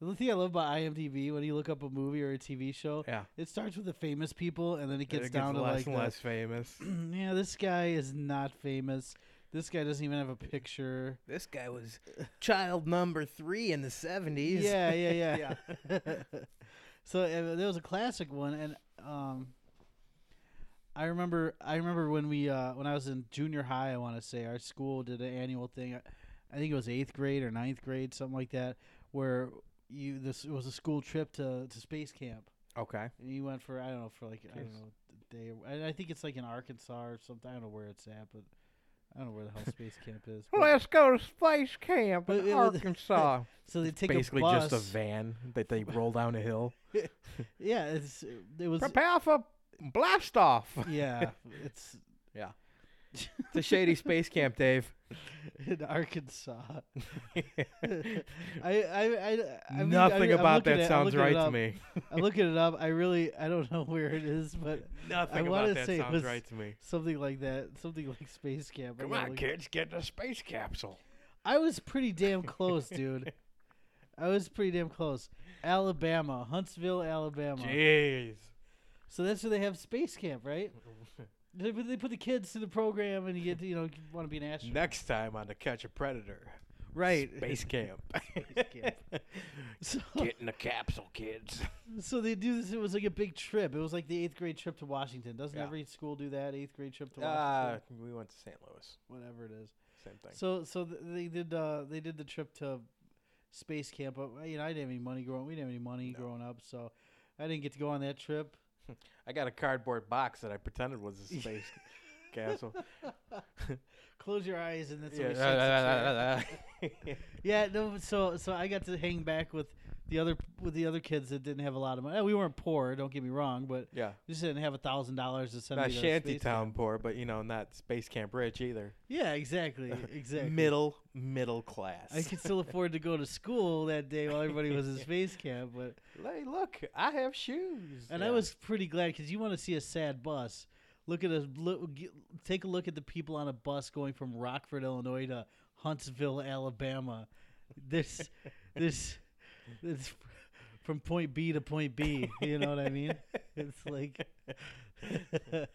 the thing I love about IMDb when you look up a movie or a TV show.
Yeah.
It starts with the famous people, and then it gets
It
down to
less
like,
and
the,
less famous.
yeah, this guy is not famous. This guy doesn't even have a picture.
This guy was child number three in the seventies.
Yeah, yeah, yeah. so uh, there was a classic one, and um, I remember, I remember when we, uh, when I was in junior high, I want to say our school did an annual thing. uh, I think it was eighth grade or ninth grade, something like that, where you this it was a school trip to to space camp.
Okay.
And you went for I don't know for like I don't
Jeez.
know a day. or- And I think it's like in Arkansas or something. I don't know where it's at, but I don't know where the hell space camp is. but-
go to space camp
But it was- so they take a
Basically,
bus.
just a van that they roll down a hill.
Yeah, it's it was
Prepare for blast off.
yeah. It's
It's a shady space camp, Dave.
in Arkansas. I I I, I mean, I,
Nothing
I'm
about
looking at-
that
I'm
sounds
looking it
right to
up.
me.
I'm looking it up. I really I don't know where it is, but
Nothing
wanna
about that
say it
sounds
was-
right to me.
something like that, something like space camp. I
Come
gotta
on,
look-
kids, get in a space capsule.
I was pretty damn close, dude. I was pretty damn close. Alabama, Huntsville, Alabama.
Jeez.
So that's where they have space camp, right? They put, they put the kids through the program, and you get to, you know want to be an astronaut,
Next time on the Catch a Predator.
right?
Space camp.
camp. So,
get in the capsule, kids.
so they do this. It was like a big trip. It was like the eighth grade trip to Washington. Doesn't
Yeah.
every school do that? Eighth grade trip to
Uh,
Washington,
we went to St. Louis.
whatever it is.
Same thing.
So so th- they did uh, they did the trip to space camp. But you know I didn't have any money growing. We didn't have any money
No.
growing up, so I didn't get to go on that trip.
I got a cardboard box that I pretended was a space castle.
Close your eyes and that's what we sit in
Yeah.
Yeah, no. but So so I got to hang back with the other with the other kids that didn't have a lot of money. Uh, We weren't poor, don't get me wrong, but
yeah.
we just didn't have a thousand dollars to send
Not
me to
shanty
space
town
camp.
poor, but you know, not space camp rich either.
Yeah, exactly, exactly.
Middle middle class.
I could still afford to go to school that day while everybody was in space camp, but
Hey, look, I have shoes.
and I
Yeah.
was pretty glad because you want to see a sad bus. Look at a look, g- take a look at the people on a bus going from Rockford, Illinois to Huntsville, Alabama. This, this, this, from point B to point B. You know what I mean? It's like, but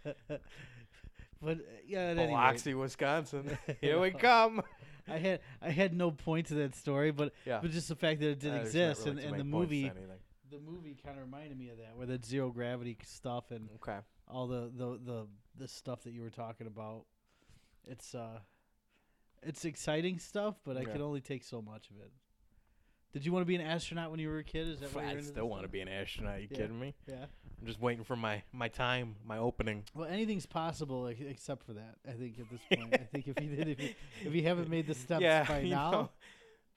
uh, yeah. At any rate,
Biloxi, Wisconsin. Here we come.
I had I had no point to that story, but
Yeah.
but just the fact that it did
Uh, there's not
exist
really
and,
too
and
many
the
points to
movie
anything.
the movie kind of reminded me of that, where that zero gravity stuff and
Okay.
all the the the, the stuff that you were talking about. It's uh, it's exciting stuff, but I
Yeah.
could only take so much of it. Did you want to be an astronaut when you were a kid? Is that why
I
you're
still want to be an astronaut. You
Yeah.
kidding me?
Yeah.
I'm just waiting for my my time, my opening.
Well, anything's possible ex- except for that. I think at this point, I think if you did, if you, if you haven't made the steps
yeah,
by
you
now,
know,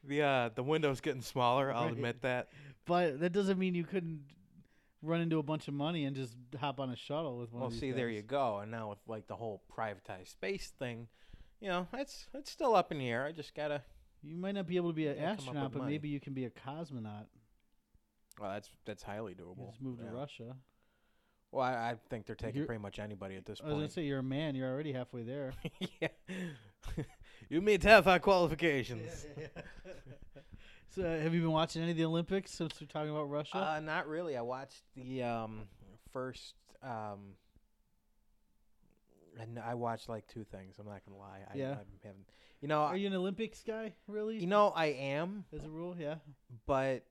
the uh, the window's getting smaller. I'll
Right.
admit that.
but that doesn't mean you couldn't run into a bunch of money and just hop on a shuttle with one.
Well,
of these
see, there
guys.
you go. And now with like the whole privatized space thing, you know, it's it's still up in the air. I just gotta.
You might not be able to be an
Yeah, come up
astronaut,
with
but
money.
maybe you can be a cosmonaut.
Well, that's that's highly doable.
You just move
yeah.
to Russia.
Well, I, I think they're taking
You're-
pretty much anybody at this
I was gonna
point.
say you're a man. You're already halfway there.
yeah. you meet half our qualifications.
so, uh, have you been watching any of the Olympics since we're talking about Russia?
Uh, not really. I watched the um, first. Um, and I watched like two things. I'm not gonna lie. I,
Yeah.
I haven't. You know.
Are
you,
you an Olympics guy, really?
you know I am,
As a rule, yeah.
but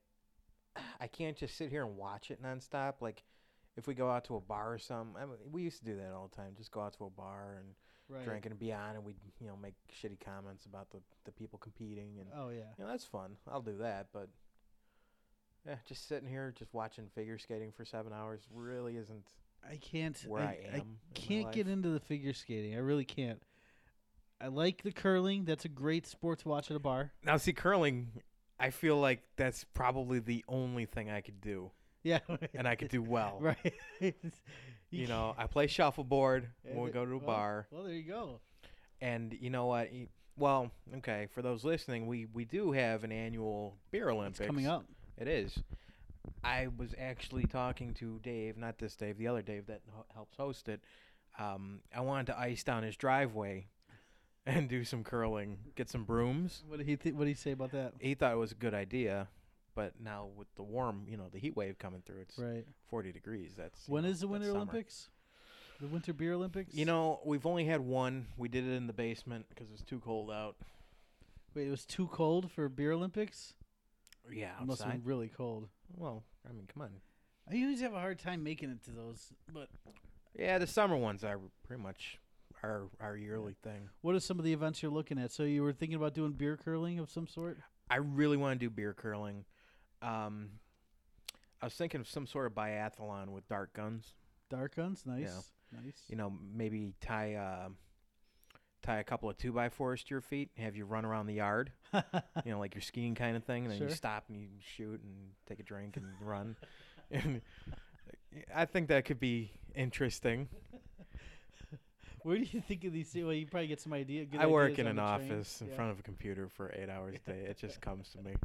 I can't just sit here and watch it nonstop. Like, if we go out to a bar or something, I mean, we used to do that all the time. Just go out to a bar and
Right.
drink and be on, and we'd you know make shitty comments about the the people competing and.
Oh yeah.
You know, that's fun. I'll do that, but yeah, just sitting here just watching figure skating for seven hours really isn't
I can't.
where I, am. in my
can't get
life.
into the figure skating. I really can't. I like the curling. That's a great sport to watch at a bar.
now. See curling, I feel like that's probably the only thing I could do,
Yeah.
and I could do well.
right. you,
You
can't-
know, I play shuffleboard when
And
we
it-
go to a
well,
bar,
Well, there you go.
and you know what? y- Well, okay, for those listening, we we do have an annual beer Olympics
It's coming up.
It is. I was actually talking to Dave, not this Dave, the other Dave that ho- helps host it. Um, I wanted to ice down his driveway and do some curling, get some brooms.
What did he th- What did he say about that?
He thought it was a good idea, but now with the warm, you know, the heat wave coming through, it's
Right.
40 degrees. That's you
When
know,
is the
that's
Winter
summer.
Olympics? The Winter Beer Olympics.
You know, we've only had one. We did it in the basement because it was too cold out.
wait, it was too cold for Beer Olympics.
Yeah,
It must have
outside.
been really cold.
Well, I mean, come on.
I always have a hard time making it to those. But
Yeah, the summer ones are pretty much our our yearly thing.
what are some of the events you're looking at? So you were thinking about doing beer curling of some sort?
I really want to do beer curling. Um, I was thinking of some sort of biathlon with dart guns.
Dark guns, nice, nice.
You know, maybe tie uh, tie a couple of two by fours to your feet, and have you run around the yard. You know, like your skiing kind of thing. And then you
Sure.
stop and you shoot and take a drink and run. And I think that could be interesting.
Where do you think of these? Well, you probably get some idea. Good
I work
ideas
in
on
an
the train.
office in
Yeah.
front of a computer for eight hours a day. It just comes to me.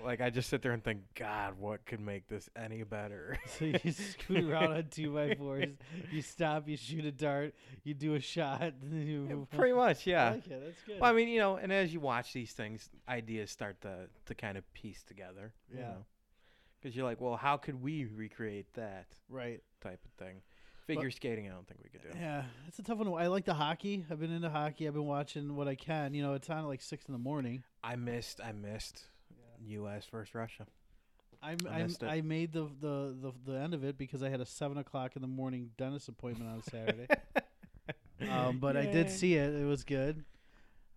Like I just sit there and think, God, what could make this any better?
So you scoot around on two by fours. You stop. You shoot a dart. You do a shot. And then you
Yeah,
move on.
pretty much,
Mm-hmm. I
yeah.
like it. That's good.
Well, I mean, you know, and as you watch these things, ideas start to to kind of piece together. You
Yeah.
Because you're like, well, how could we recreate that
right.
type of thing? Figure skating, I don't think we could do.
Yeah, it's a tough one. I like the hockey. I've been into hockey. I've been watching what I can. You know, it's on at like six in the morning.
I missed. I missed. U.S. versus Russia.
I'm,
I
I'm,
missed it.
I made the, the, the, the end of it because I had a seven o'clock in the morning dentist appointment on a Saturday. um, but I did
Yay.
see it. It was good.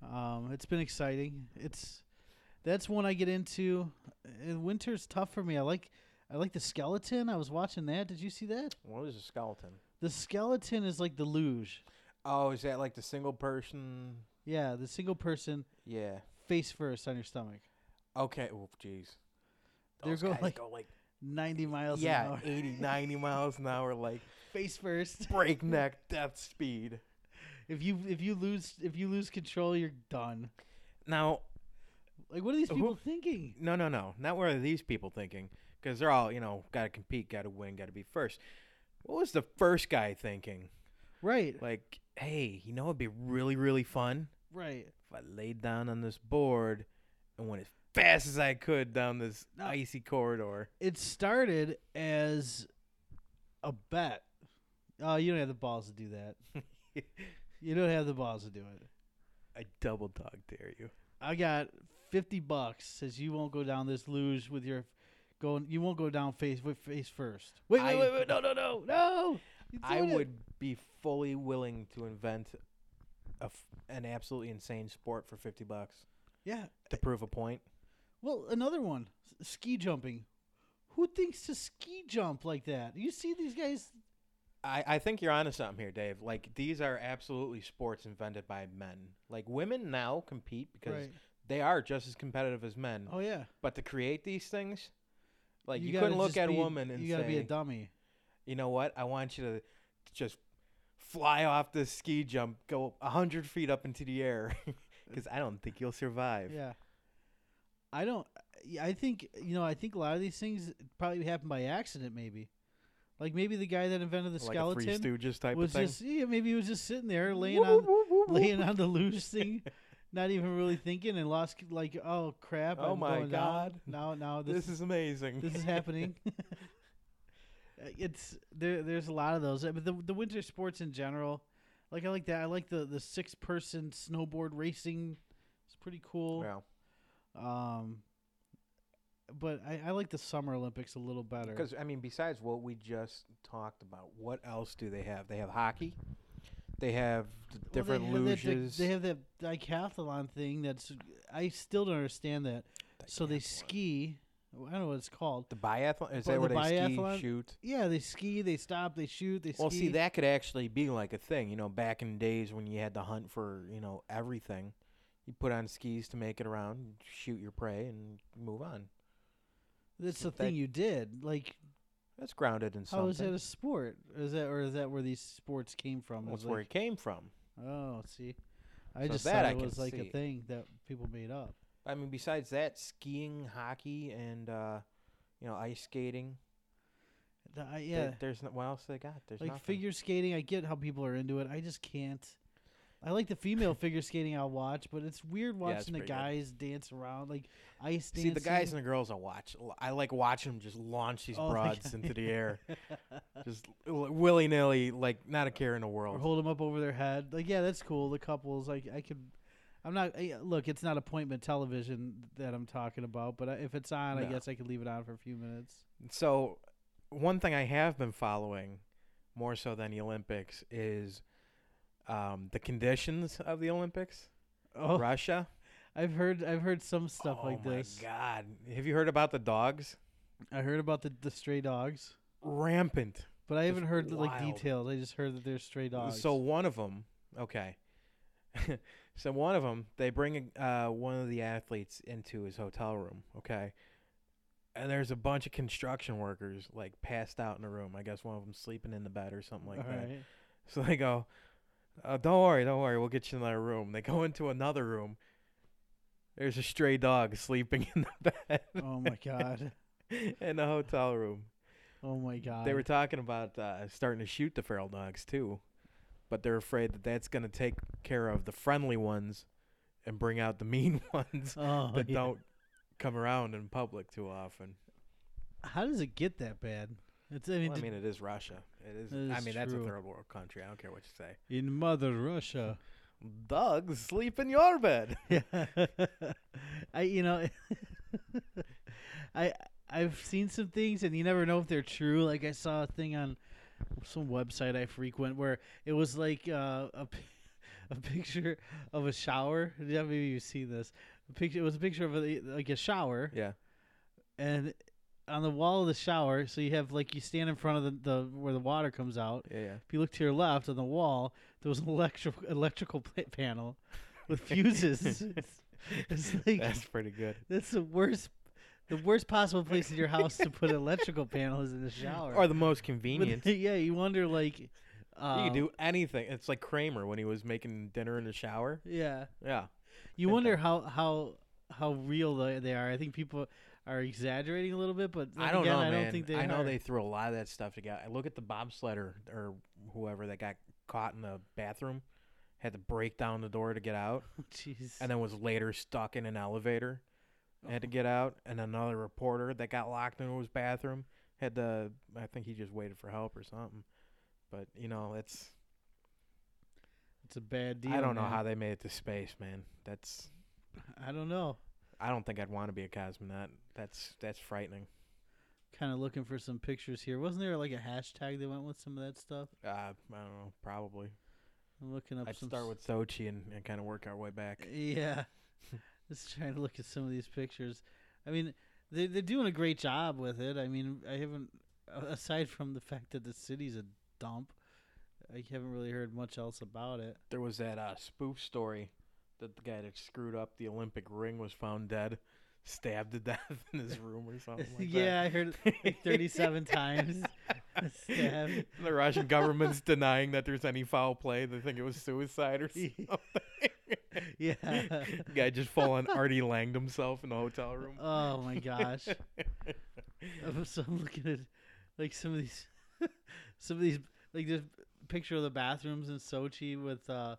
Um, it's been exciting. It's that's one I get into. And winter's tough for me. I like I like the skeleton. I was watching that. Did you see that?
What is a skeleton?
The skeleton is like the luge.
Oh, is that like the single person?
Yeah, the single person
Yeah.
face first on your stomach,
Okay. Oh, jeez.
They're
Those
going
guys
like-
go like
90 miles an
yeah,
hour,
80, 90 miles an hour, like
face first.
breakneck death speed.
If you if you lose if you lose control, you're done.
Now,
Like what are these
Who-
people thinking?
no, no, no. Not what are these people thinking? Because they're all, you know, got to compete, got to win, got to be first. What was the first guy thinking?
Right,
Like, hey, you know, it'd be really, really fun
right.
if I laid down on this board and went as fast as I could down this
No.
icy corridor.
It started as a bet. Oh, you don't have the balls to do that. You don't have the balls to do it.
I double dog dare you.
I got fifty bucks. Says you won't go down this luge with your going. You won't go down face with face first. Wait, wait,
I-
wait, wait, no, no, no, no. You're
I
doing it.
would be fully willing to invent a f- an absolutely insane sport for 50 bucks
Yeah.
to prove a point.
Well, another one. S- ski jumping. Who thinks to ski jump like that? You see these guys.
I, I think you're onto something here, Dave. Like, these are absolutely sports invented by men. Like, women now compete because
Right.
they are just as competitive as men.
Oh yeah.
But to create these things, like, you,
gotta
couldn't look
just
at a
be-
woman and
you gotta
say,
be a dummy.
you know what? I want you to just fly off this ski jump, go 100 feet up into the air, because I don't think you'll survive.
Yeah. I don't. yeah, I think you know. I think a lot of these things probably happened by accident. Maybe, like maybe the guy that invented the
like a
skeleton
Three Stooges type
was
of thing.
just yeah, maybe he was just sitting there laying on laying on the loose thing, not even really thinking, and lost c- like, oh crap!
Oh
I'm
my
going down.
God.
Now, now this
This is amazing.
this is happening. Uh, it's there. There's a lot of those, Uh, but the the winter sports in general, like I like that. I like the the six person snowboard racing. It's pretty cool.
Well,
Um, but I, I like the summer Olympics a little better.
because I mean, besides what we just talked about, what else do they have? They have hockey. They have d-
Well,
different
they have that di-
luges.
they have that decathlon thing. That's I still don't understand that. So they
Decathlon.
ski. I don't know what it's called.
the biathlon. Is
Well,
that where
the
they
biathlon-
ski, shoot?
Yeah, they ski, they stop, they shoot, they
Well,
ski.
see, that could actually be like a thing. You know, back in days when you had to hunt for you know everything, you put on skis to make it around, shoot your prey, and move on.
That's the
that-
thing you did. Like,
That's grounded in something.
how Oh, is that a sport? Is that or is that where these sports came from? It
That's
was
where
like-
it came from.
oh, see, I
So
just
that
thought
I
it
can
was like a
see.
thing that people made up.
I mean, besides that, skiing, hockey, and uh, you know, ice skating.
The- I,
there-
yeah,
there's no, what else they got? There's
like
nothing.
figure skating. I get how people are into it. I just can't. I like the female figure skating. I'll watch, but it's weird
Yeah, it's
watching the
pretty good.
guys dance around like ice
See
dancing.
the guys and the girls I watch. l- I like watching them just launch these
Oh, my
broads
God.
into the air, just willy nilly, like not a care in the
or
world.
hold them up over their head. Like, yeah, that's cool. The couples, like, I could. I'm not. I, look, it's not appointment television that I'm talking about, but I, if it's on, I
No.
guess I could leave it on for a few minutes.
So, one thing I have been following more so than the Olympics is um, the conditions of the Olympics.
Oh,
Russia.
I've heard. I've heard some stuff
oh
like
my
this.
God! Have you heard about the dogs?
I heard about the, the stray dogs,
Rampant.
but I
Just
haven't heard the, like
wild.
details. I just heard that they're stray dogs.
So one of them, okay. so one of them, they bring uh, one of the athletes into his hotel room, okay. And there's a bunch of construction workers like passed out in the room. I guess one of them sleeping in the bed or something like
All
that.
right.
So they go, oh, "Don't worry, don't worry, we'll get you another room." They go into another room. There's a stray dog sleeping in the bed
oh my god.
in the hotel room.
Oh my god.
They were talking about uh, starting to shoot the feral dogs too, but they're afraid that that's going to take care of the friendly ones and bring out the mean ones
oh,
that
yeah.
don't come around in public too often.
How does it get that bad? It's, I mean,
Well, I
d-
mean, it is Russia. It is.
That
I
is
mean, that's a
true.
third world country. I don't care what you say.
in Mother Russia.
Dogs sleep in your bed.
Yeah. I you know I I've seen some things and you never know if they're true. Like I saw a thing on some website I frequent where it was like uh, a pi- a picture of a shower. Yeah, maybe you've seen this. A picture. It was a picture of a, like a shower,
Yeah.
and on the wall of the shower, so you have like you stand in front of the, the where the water comes out.
Yeah, yeah.
If you look to your left on the wall, there was an electric electrical pla- panel with fuses. it's, it's like
That's pretty good.
that's the worst, the worst possible place in your house to put an electrical panel is in the shower.
Or the most
But,
convenient.
yeah, you wonder like.
you
Um,
can do anything. It's like Kramer when he was making dinner in the shower.
Yeah,
Yeah.
you
Same
wonder how how how real they they are. I think people are exaggerating a little bit, but then
I don't
again,
know,
I
man.
don't think they.
I know
are.
they throw a lot of that stuff together. I Look at the bobsledder or whoever that got caught in the bathroom, had to break down the door to get out,
Jeez.
and then was later stuck in an elevator, and had to get out. And another reporter that got locked into his bathroom had to. I think he just waited for help or something. But you know, it's
It's a bad deal.
I don't know
man.
how they made it to space, man. That's
I don't know.
I don't think I'd want to be a cosmonaut. That's that's frightening.
Kind of looking for some pictures here. Wasn't there like a hashtag that went with some of that stuff?
Uh, I don't know, probably.
I'm looking up
I'd
some.
start
s-
with Sochi and, and kind of work our way back.
Yeah. Just trying to look at some of these pictures. I mean, they they're doing a great job with it. I mean, I haven't a- aside from the fact that the city's a dump. I haven't really heard much else about it.
There was that uh, spoof story that the guy that screwed up the Olympic ring was found dead, stabbed to death in his room or something like
yeah,
that.
I heard it like 37 times. Stab.
The Russian government's denying that there's any foul play. They think it was suicide or something.
Yeah.
guy just full on Artie Langed himself in the hotel room.
Oh my gosh. I'm, so I'm looking at like some of these, some of these like this picture of the bathrooms in Sochi with uh,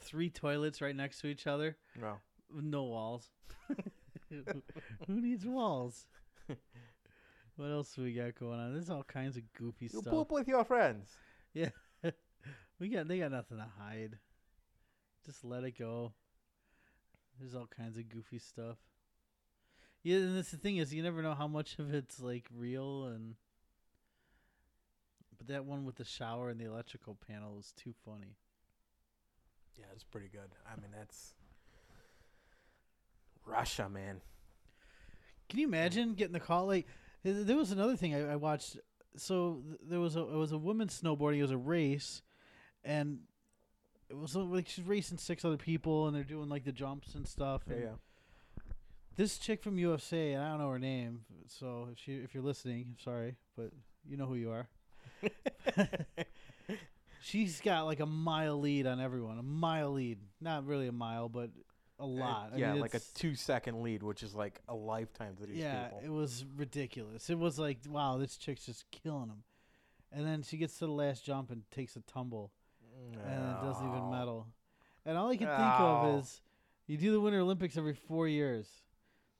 three toilets right next to each other,
No.
with no walls. Who needs walls? What else we got going on? There's all kinds of goofy
You
stuff.
poop with your friends.
We got they got nothing to hide. Just let it go. There's all kinds of goofy stuff. Yeah, and that's the thing is you never know how much of it's like real and but that one with the shower and the electrical panel was too funny.
Yeah, it's pretty good. I mean, that's Russia, man.
Can you imagine getting the call? Like, th- there was another thing I, I watched. So th- there was a it was a woman snowboarding. It was a race, and it was uh, like she's racing six other people, and they're doing like the jumps and stuff. and this chick from UFC, and I don't know her name. So if she, if you're listening, I'm sorry, but you know who you are. She's got like a mile lead on everyone. A mile lead, not really a mile, but a lot. I
Uh, yeah,
mean,
like a
it's-
two second lead, which is like a lifetime to these
yeah,
people.
it was ridiculous. It was like, wow, this chick's just killing him. And then she gets to the last jump and takes a tumble,
Mm,
and it doesn't even
No.
medal. And all I can think of
Ow.
is, you do the Winter Olympics every four years,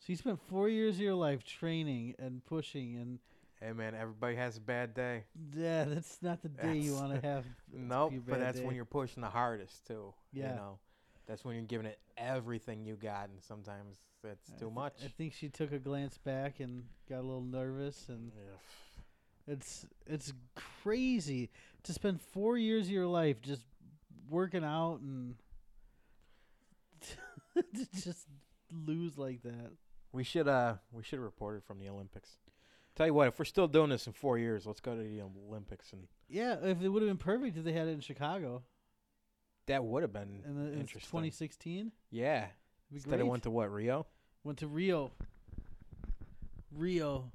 so you spent four years of your life training and pushing, and
Hey man, everybody has a bad day.
yeah, that's not the day you
That's-
want to have.
Nope,
your
but
bad
that's when
day.
you're pushing the hardest too.
Yeah.
You know, that's when you're giving it everything you got, and sometimes that's
I
too
th-
much.
I think she took a glance back and got a little nervous, and
Yeah.
It's it's crazy to spend four years of your life just working out and to just lose like that.
We should uh we should report it from the Olympics. Tell you what, if we're still doing this in four years, let's go to the Olympics, and
Yeah, if it would have been perfect if they had it in Chicago
that would have been
in, the, in
interesting.
2016.
yeah,
It'd be
instead
great.
of went to what Rio?
Went to Rio. Rio.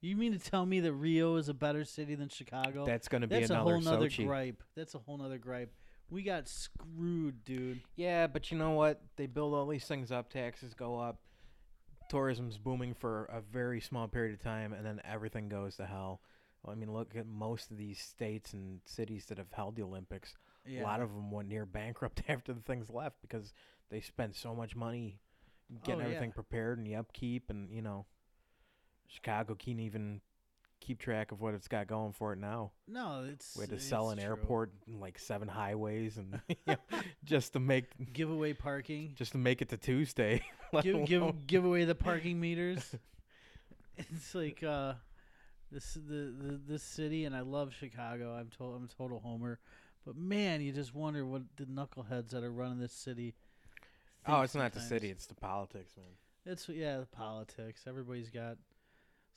You mean to tell me that Rio is a better city than Chicago?
That's going to be
That's a
another
whole nother
Sochi.
gripe. That's a whole nother gripe. We got screwed, dude.
Yeah, but you know what? They build all these things up, taxes go up, tourism's booming for a very small period of time, and then everything goes to hell. Well, I mean, look at most of these states and cities that have held the Olympics. A lot of them went near bankrupt after the things left because they spent so much money getting
Oh, yeah.
everything prepared and the upkeep, and you know, Chicago can't even keep track of what it's got going for it now.
no, it's
We had to
it's
sell an
true.
airport and like seven highways, and you know, just to make
giveaway parking.
just to make it to Tuesday. let
give,
alone-
give give away the parking meters. it's like uh, this the, the this city, and I love Chicago. I'm told I'm a total homer, but man, you just wonder what the knuckleheads that are running this city.
oh,
think
it's not the
sometimes.
city; it's the politics, man.
It's yeah, the politics. Everybody's got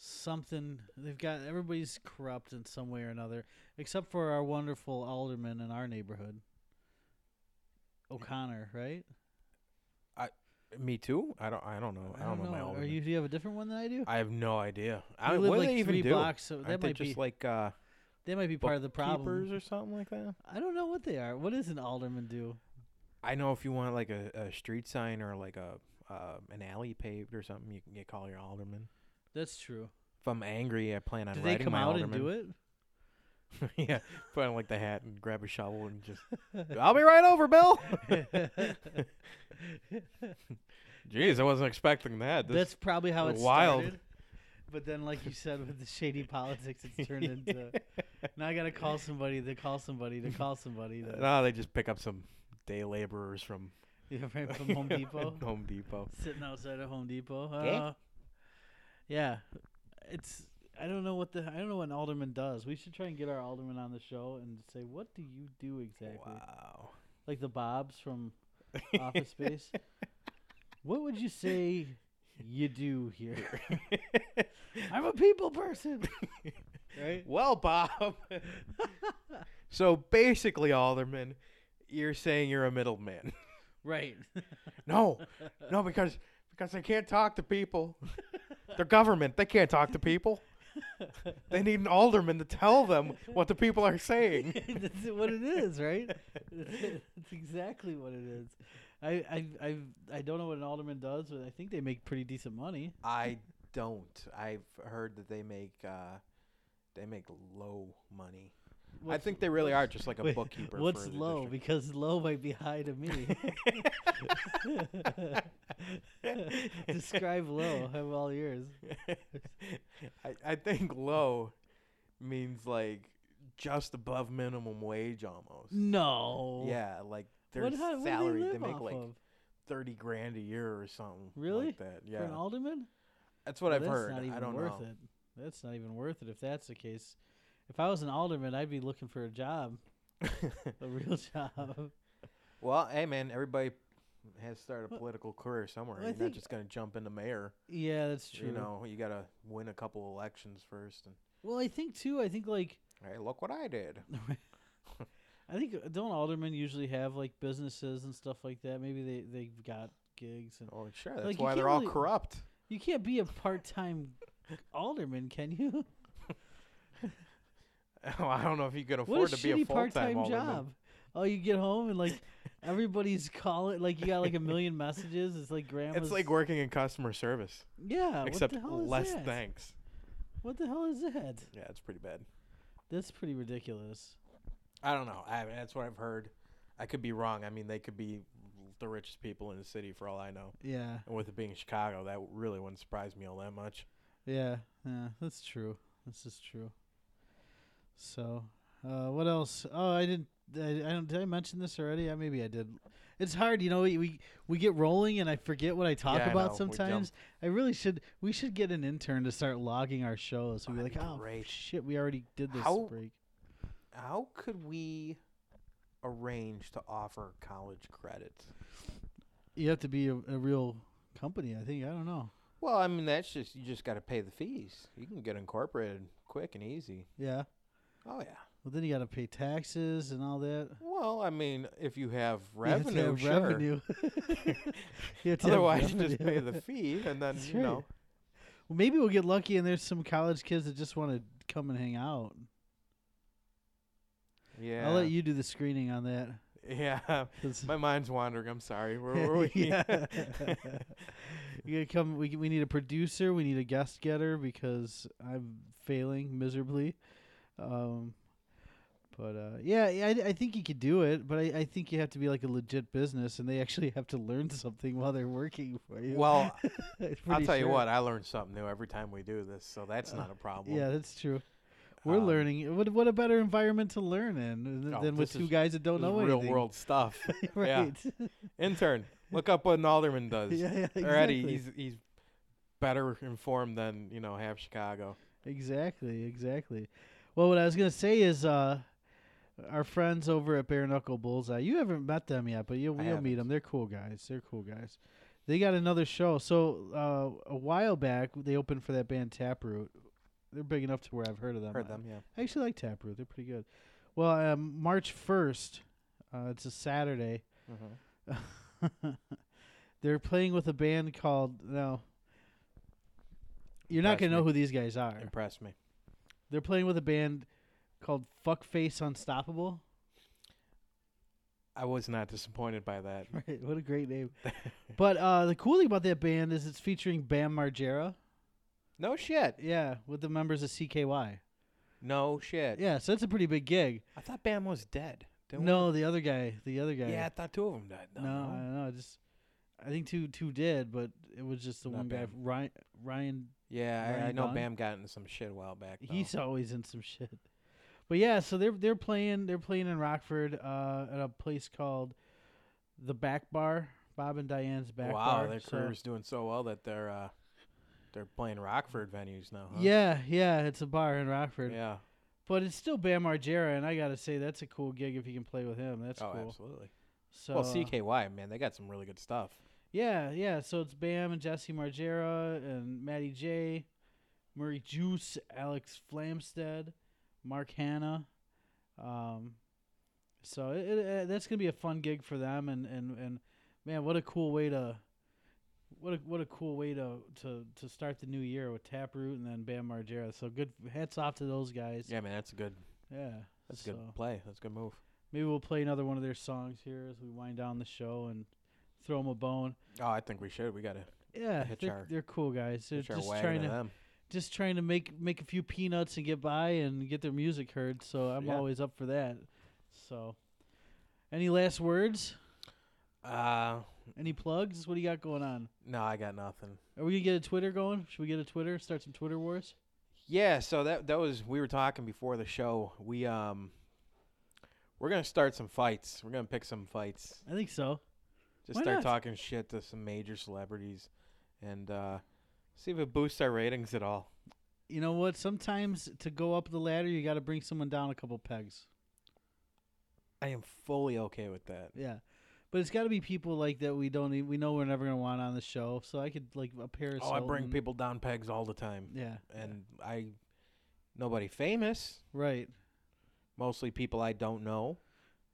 something. They've got everybody's corrupt in some way or another, except for our wonderful alderman in our neighborhood, O'Connor. Right?
Me too. I don't. I don't know. Oh, I don't, know, my
Are
alderman.
you? Do you have a different one than I do?
I have no idea. I
They
don't,
live
what do
like
they even
three
do?
blocks. So
Aren't
that
they
might
just
be.
like uh,
They might be part of the problem.
keepers or something like that.
I don't know what they are. What does an alderman do?
I know if you want like a, a street sign or like a uh, an alley paved or something, you can you call your alderman.
That's true.
If I'm angry, I plan on
Do they
writing
come
my
out
alderman.
and do it?
yeah, put on like the hat and grab a shovel and just. I'll be right over, Bill. Jeez, I wasn't expecting that. This-
That's probably how it
wild.
started. But then, like you said, with the shady politics, it's turned into. Now I gotta call somebody to call somebody to call somebody. To,
no, they just pick up some day laborers from
yeah, right from Home Depot,
Home Depot.
sitting outside of Home Depot.
Yeah.
Uh, yeah, it's. I don't know what the I don't know what an alderman does. We should try and get our alderman on the show and say, what do you do exactly?
Wow.
Like the Bobs from Office Space. What would you say you do here? I'm a people person. right?
Well, Bob. so basically, Alderman, you're saying you're a middleman.
Right.
no, no, because because they can't talk to people. They're government. They can't talk to people. They need an alderman to tell them what the people are saying.
That's what it is, right? That's exactly what it is. I, I I I don't know what an alderman does, but I think they make pretty decent money.
I don't. I've heard that they make uh, they make low money. I
What's-
think they really are just like a
wait,
bookkeeper.
What's
for the
low?
district.
Because low might be high to me. Describe low. I'm all ears.
I, I think low means like just above minimum wage almost.
No.
Yeah, like their
What, how, what do they
salary they,
live
make
off
like
of?
thirty grand a year or something.
Really?
Like that.
For an
Yeah,
alderman?
that's what
Well,
I've
that's
heard.
Not even
I don't
worth
know.
it. That's not even worth it if that's the case. If I was an alderman, I'd be looking for a job, a real job.
well, hey man, everybody has to start a political career somewhere.
well, I
You're not
think-
just gonna jump into mayor.
yeah, that's true.
You know, you gotta win a couple elections first. And
Well, I think too. I think like
hey, look what I did.
I think uh, don't aldermen usually have like businesses and stuff like that. Maybe they they've got gigs and
Oh, sure. That's
Like, you
why
can't
they're all
really-
corrupt.
you can't be a part time alderman, can you?
Oh, I don't know if you could afford
what a
to be a
shitty
full
part
time
time job. Oh, you get home and like everybody's calling. Like you got like a million messages. It's like grandma's.
It's like working in customer service,
yeah.
except
Uh, what the hell is
less
that?
thanks.
What the hell is that?
Yeah, it's pretty bad.
That's pretty ridiculous.
I don't know. I mean, that's what I've heard. I could be wrong. I mean, they could be the richest people in the city for all I know.
Yeah,
And with it being Chicago, that really wouldn't surprise me all that much.
yeah, yeah. That's true. This is true. So, uh, what else? Oh, I didn't. I, I don't. Did I mention this already? Yeah, maybe I did. It's hard, you know. We we, we get rolling, and I forget what I talk
Yeah, I
about
know, we jump.
sometimes. I really should. We should get an intern to start logging our shows. We'd be
That'd
like,
be
oh
great.
shit, we already did this
How-
break.
How could we arrange to offer college credits?
You have to be a, a real company. I think. I don't know.
Well, I mean, that's just, you just got to pay the fees. You can get incorporated quick and easy.
Yeah.
Oh, yeah.
Well, then you got to pay taxes and all that.
Well, I mean, if you have
You have to
revenue,
have
sure.
revenue. You have to have
Otherwise, you just pay
revenue.
the fee, and then
That's
you know.
right. Well, maybe we'll get lucky, and there's some college kids that just want to come and hang out.
Yeah.
I'll let you do the screening on that.
Yeah.
'cause-
My mind's wandering. I'm sorry. Where were we?
yeah. you gotta come. We we need a producer. We need a guest getter because I'm failing miserably. Um, but uh, yeah, yeah, I, I think you could do it, but I, I think you have to be like a legit business, and they actually have to learn something while they're working for you.
Well,
It's
I'll
pretty
tell you
sure. Uh,
what. I learn something new every time we do this, so that's not a problem.
Yeah, that's true. We're
Um,
learning. What what a better environment to learn in th-
Oh,
than with
this
two
is-
guys that
This
don't
is
know
real
anything.
world stuff.
right? Yeah,
Intern, look up what an alderman does.
yeah, exactly.
Already, he's he's better informed than you know half Chicago.
exactly, exactly. Well, what I was gonna say is, uh, our friends over at Bare Knuckle Bullseye. You haven't met them yet, but you will
I
meet
haven't.
them. They're cool guys. They're cool guys. They got another show. So uh, a while back, they opened for that band Taproot. They're big enough to where I've heard of them.
Heard them, yeah.
I actually like Taproot. They're pretty good. Well, um, March first, uh, it's a Saturday. They're playing with a band called no. You're not
Impress
gonna know
me.
who these guys are.
Impressed me.
They're playing with a band called Fuckface Unstoppable.
I was not disappointed by that.
Right, what a great name. but uh, the cool thing about that band is it's featuring Bam Margera.
No shit.
Yeah, with the members of CKY.
No shit.
Yeah, so that's a pretty big gig.
I thought Bam was dead. Didn't
no, the other guy, the other
we?
guy.
Yeah, I thought two of them died. No.
no, uh, I don't know. I Just, I think two two did, but it was just the
Not
one guy,
Bam.
Ryan. Ryan,
Yeah, I, I
Ryan
know
Dunn?
Bam got into some shit a while back. though.
he's always in some shit. But yeah, so they're they're playing they're playing in Rockford uh, at a place called the Back Bar, Bob and Diane's Back
wow,
Bar.
their
so-
career's doing so well that they're uh, they're playing Rockford venues now. Huh?
Yeah, yeah, it's a bar in Rockford.
Yeah.
But it's still Bam Margera, and I gotta say that's a cool gig if you can play with him. That's
oh,
cool.
absolutely.
So
well,
uh,
CKY man, they got some really good stuff.
yeah, yeah. So it's Bam and Jesse Margera and Matty J, Murray Juice, Alex Flamstead, Mark Hanna. Um, so it, it, uh, that's gonna be a fun gig for them, and and and man, what a cool way to. What a what a cool way to, to, to start the new year with Taproot and then Bam Margera. So good hats off to those guys.
Yeah, man, that's a good
Yeah.
that's a
so.
good play. That's a good move.
Maybe we'll play another one of their songs here as we wind down the show and throw them a bone.
Oh, I think we should. We got to
Yeah,
Hitch
they're,
our-
they're cool guys. They're
hitch our
just
wagon
trying
to
to
them.
just trying to make make a few peanuts and get by and get their music heard. So I'm
Yeah.
always up for that. So, any last words?
Uh,
Any plugs? What do you got going on?
no, I got nothing.
Are we gonna get a Twitter going? Should we get a Twitter? Start some Twitter wars?
Yeah, so that that was we were talking before the show. We um we're going to start some fights. We're going to pick some fights.
I think so.
Just
Why
start
not?
talking shit to some major celebrities and uh see if it boosts our ratings at all.
You know what? Sometimes to go up the ladder, you got to bring someone down a couple pegs.
I am fully okay with that.
Yeah, but it's got to be people like that we don't e we know we're never gonna want on the show. So I could like a Paris.
Oh, I bring
Hilton.
people down pegs all the time.
Yeah,
And I nobody famous,
right.
mostly people I don't know,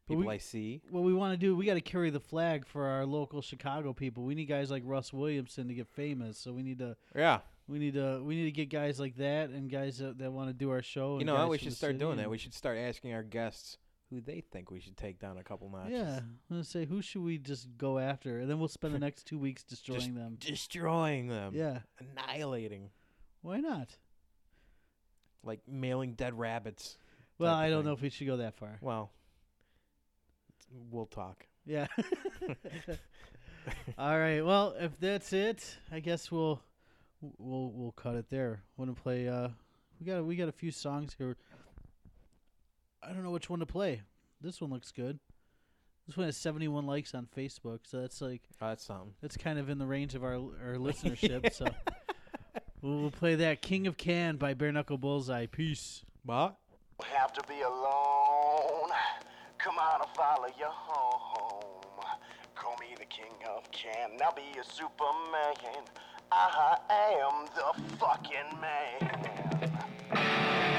But
people
we-
I see.
What we want to do, we got to carry the flag for our local Chicago people. We need guys like Russ Williamson to get famous. So we need to,
Yeah.
we need to, we need to get guys like that and guys that, that want to do our show.
You
and
know, what?
guys
we
from
should
the
start
city
doing that.
and-
We should start asking our guests who they think we should take down a couple notches.
yeah, I'm gonna say who should we just go after, and then we'll spend the next two weeks destroying them.
Destroying them.
Yeah,
Annihilating.
why not?
Like mailing dead rabbits.
Well,
Type of
I don't
thing.
know if we should go that far.
Well, we'll talk.
Yeah. All right. Well, if that's it, I guess we'll we'll we'll cut it there. Want to play? Uh, we got we got a few songs here. I don't know which one to play. This one looks good. This one has seventy one likes on Facebook, so that's like
Oh, that's something.
that's kind of in the range of our our listenership. So we'll, we'll play that "King of Can" by Bare Knuckle Bullseye. Peace.
What?
have to be alone. Come on, I'll follow you home. Call me the king of can. I'll be a superman. I am the fucking man.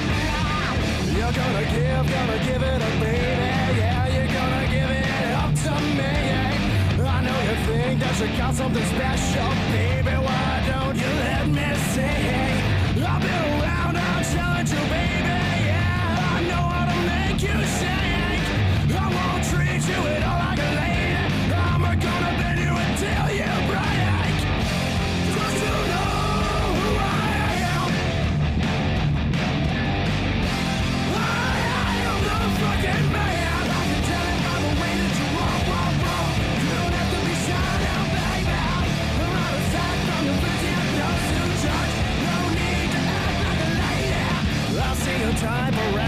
You're gonna give, gonna give it up, baby. Yeah, you're gonna give it up to me. I know you think that you got something special, baby. Why don't you let me see? I've been around, I'll challenge you, baby. Yeah, I know how to make you shake. I won't treat you at all like a lady. I'm gonna bend you until you break. Cause you know who I am. I'll see you Time for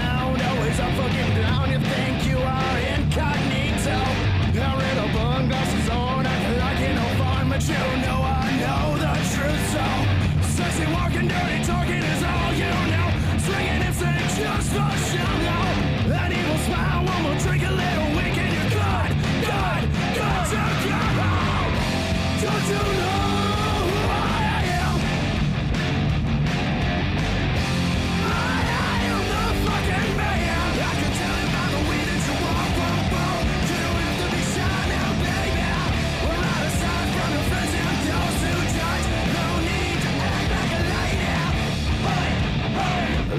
but you know I know the truth. So, sexy walking, dirty talking is all you know. Swinging and saying just for show. No, an evil smile, one more drink, a little wink, and you're good, good, good to go. Don't you know who I am?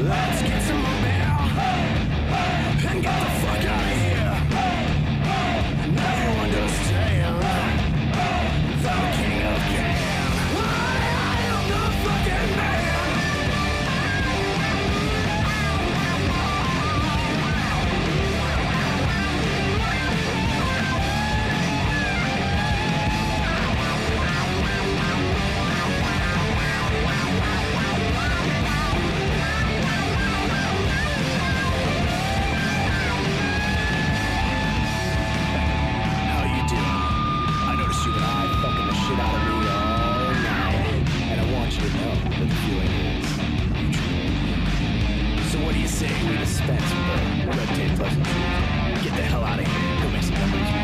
Let's get some more beer and get the fuck out of here. And everyone just stay The king of can. I am the fucking man. How you doing? I noticed you and I fucking the shit out of me all night. And I want you to know that the feeling is mutual. So what do you say we dispense with the red tape pleasantries? Get the hell out of here. Go make some Oh, memories. Oh,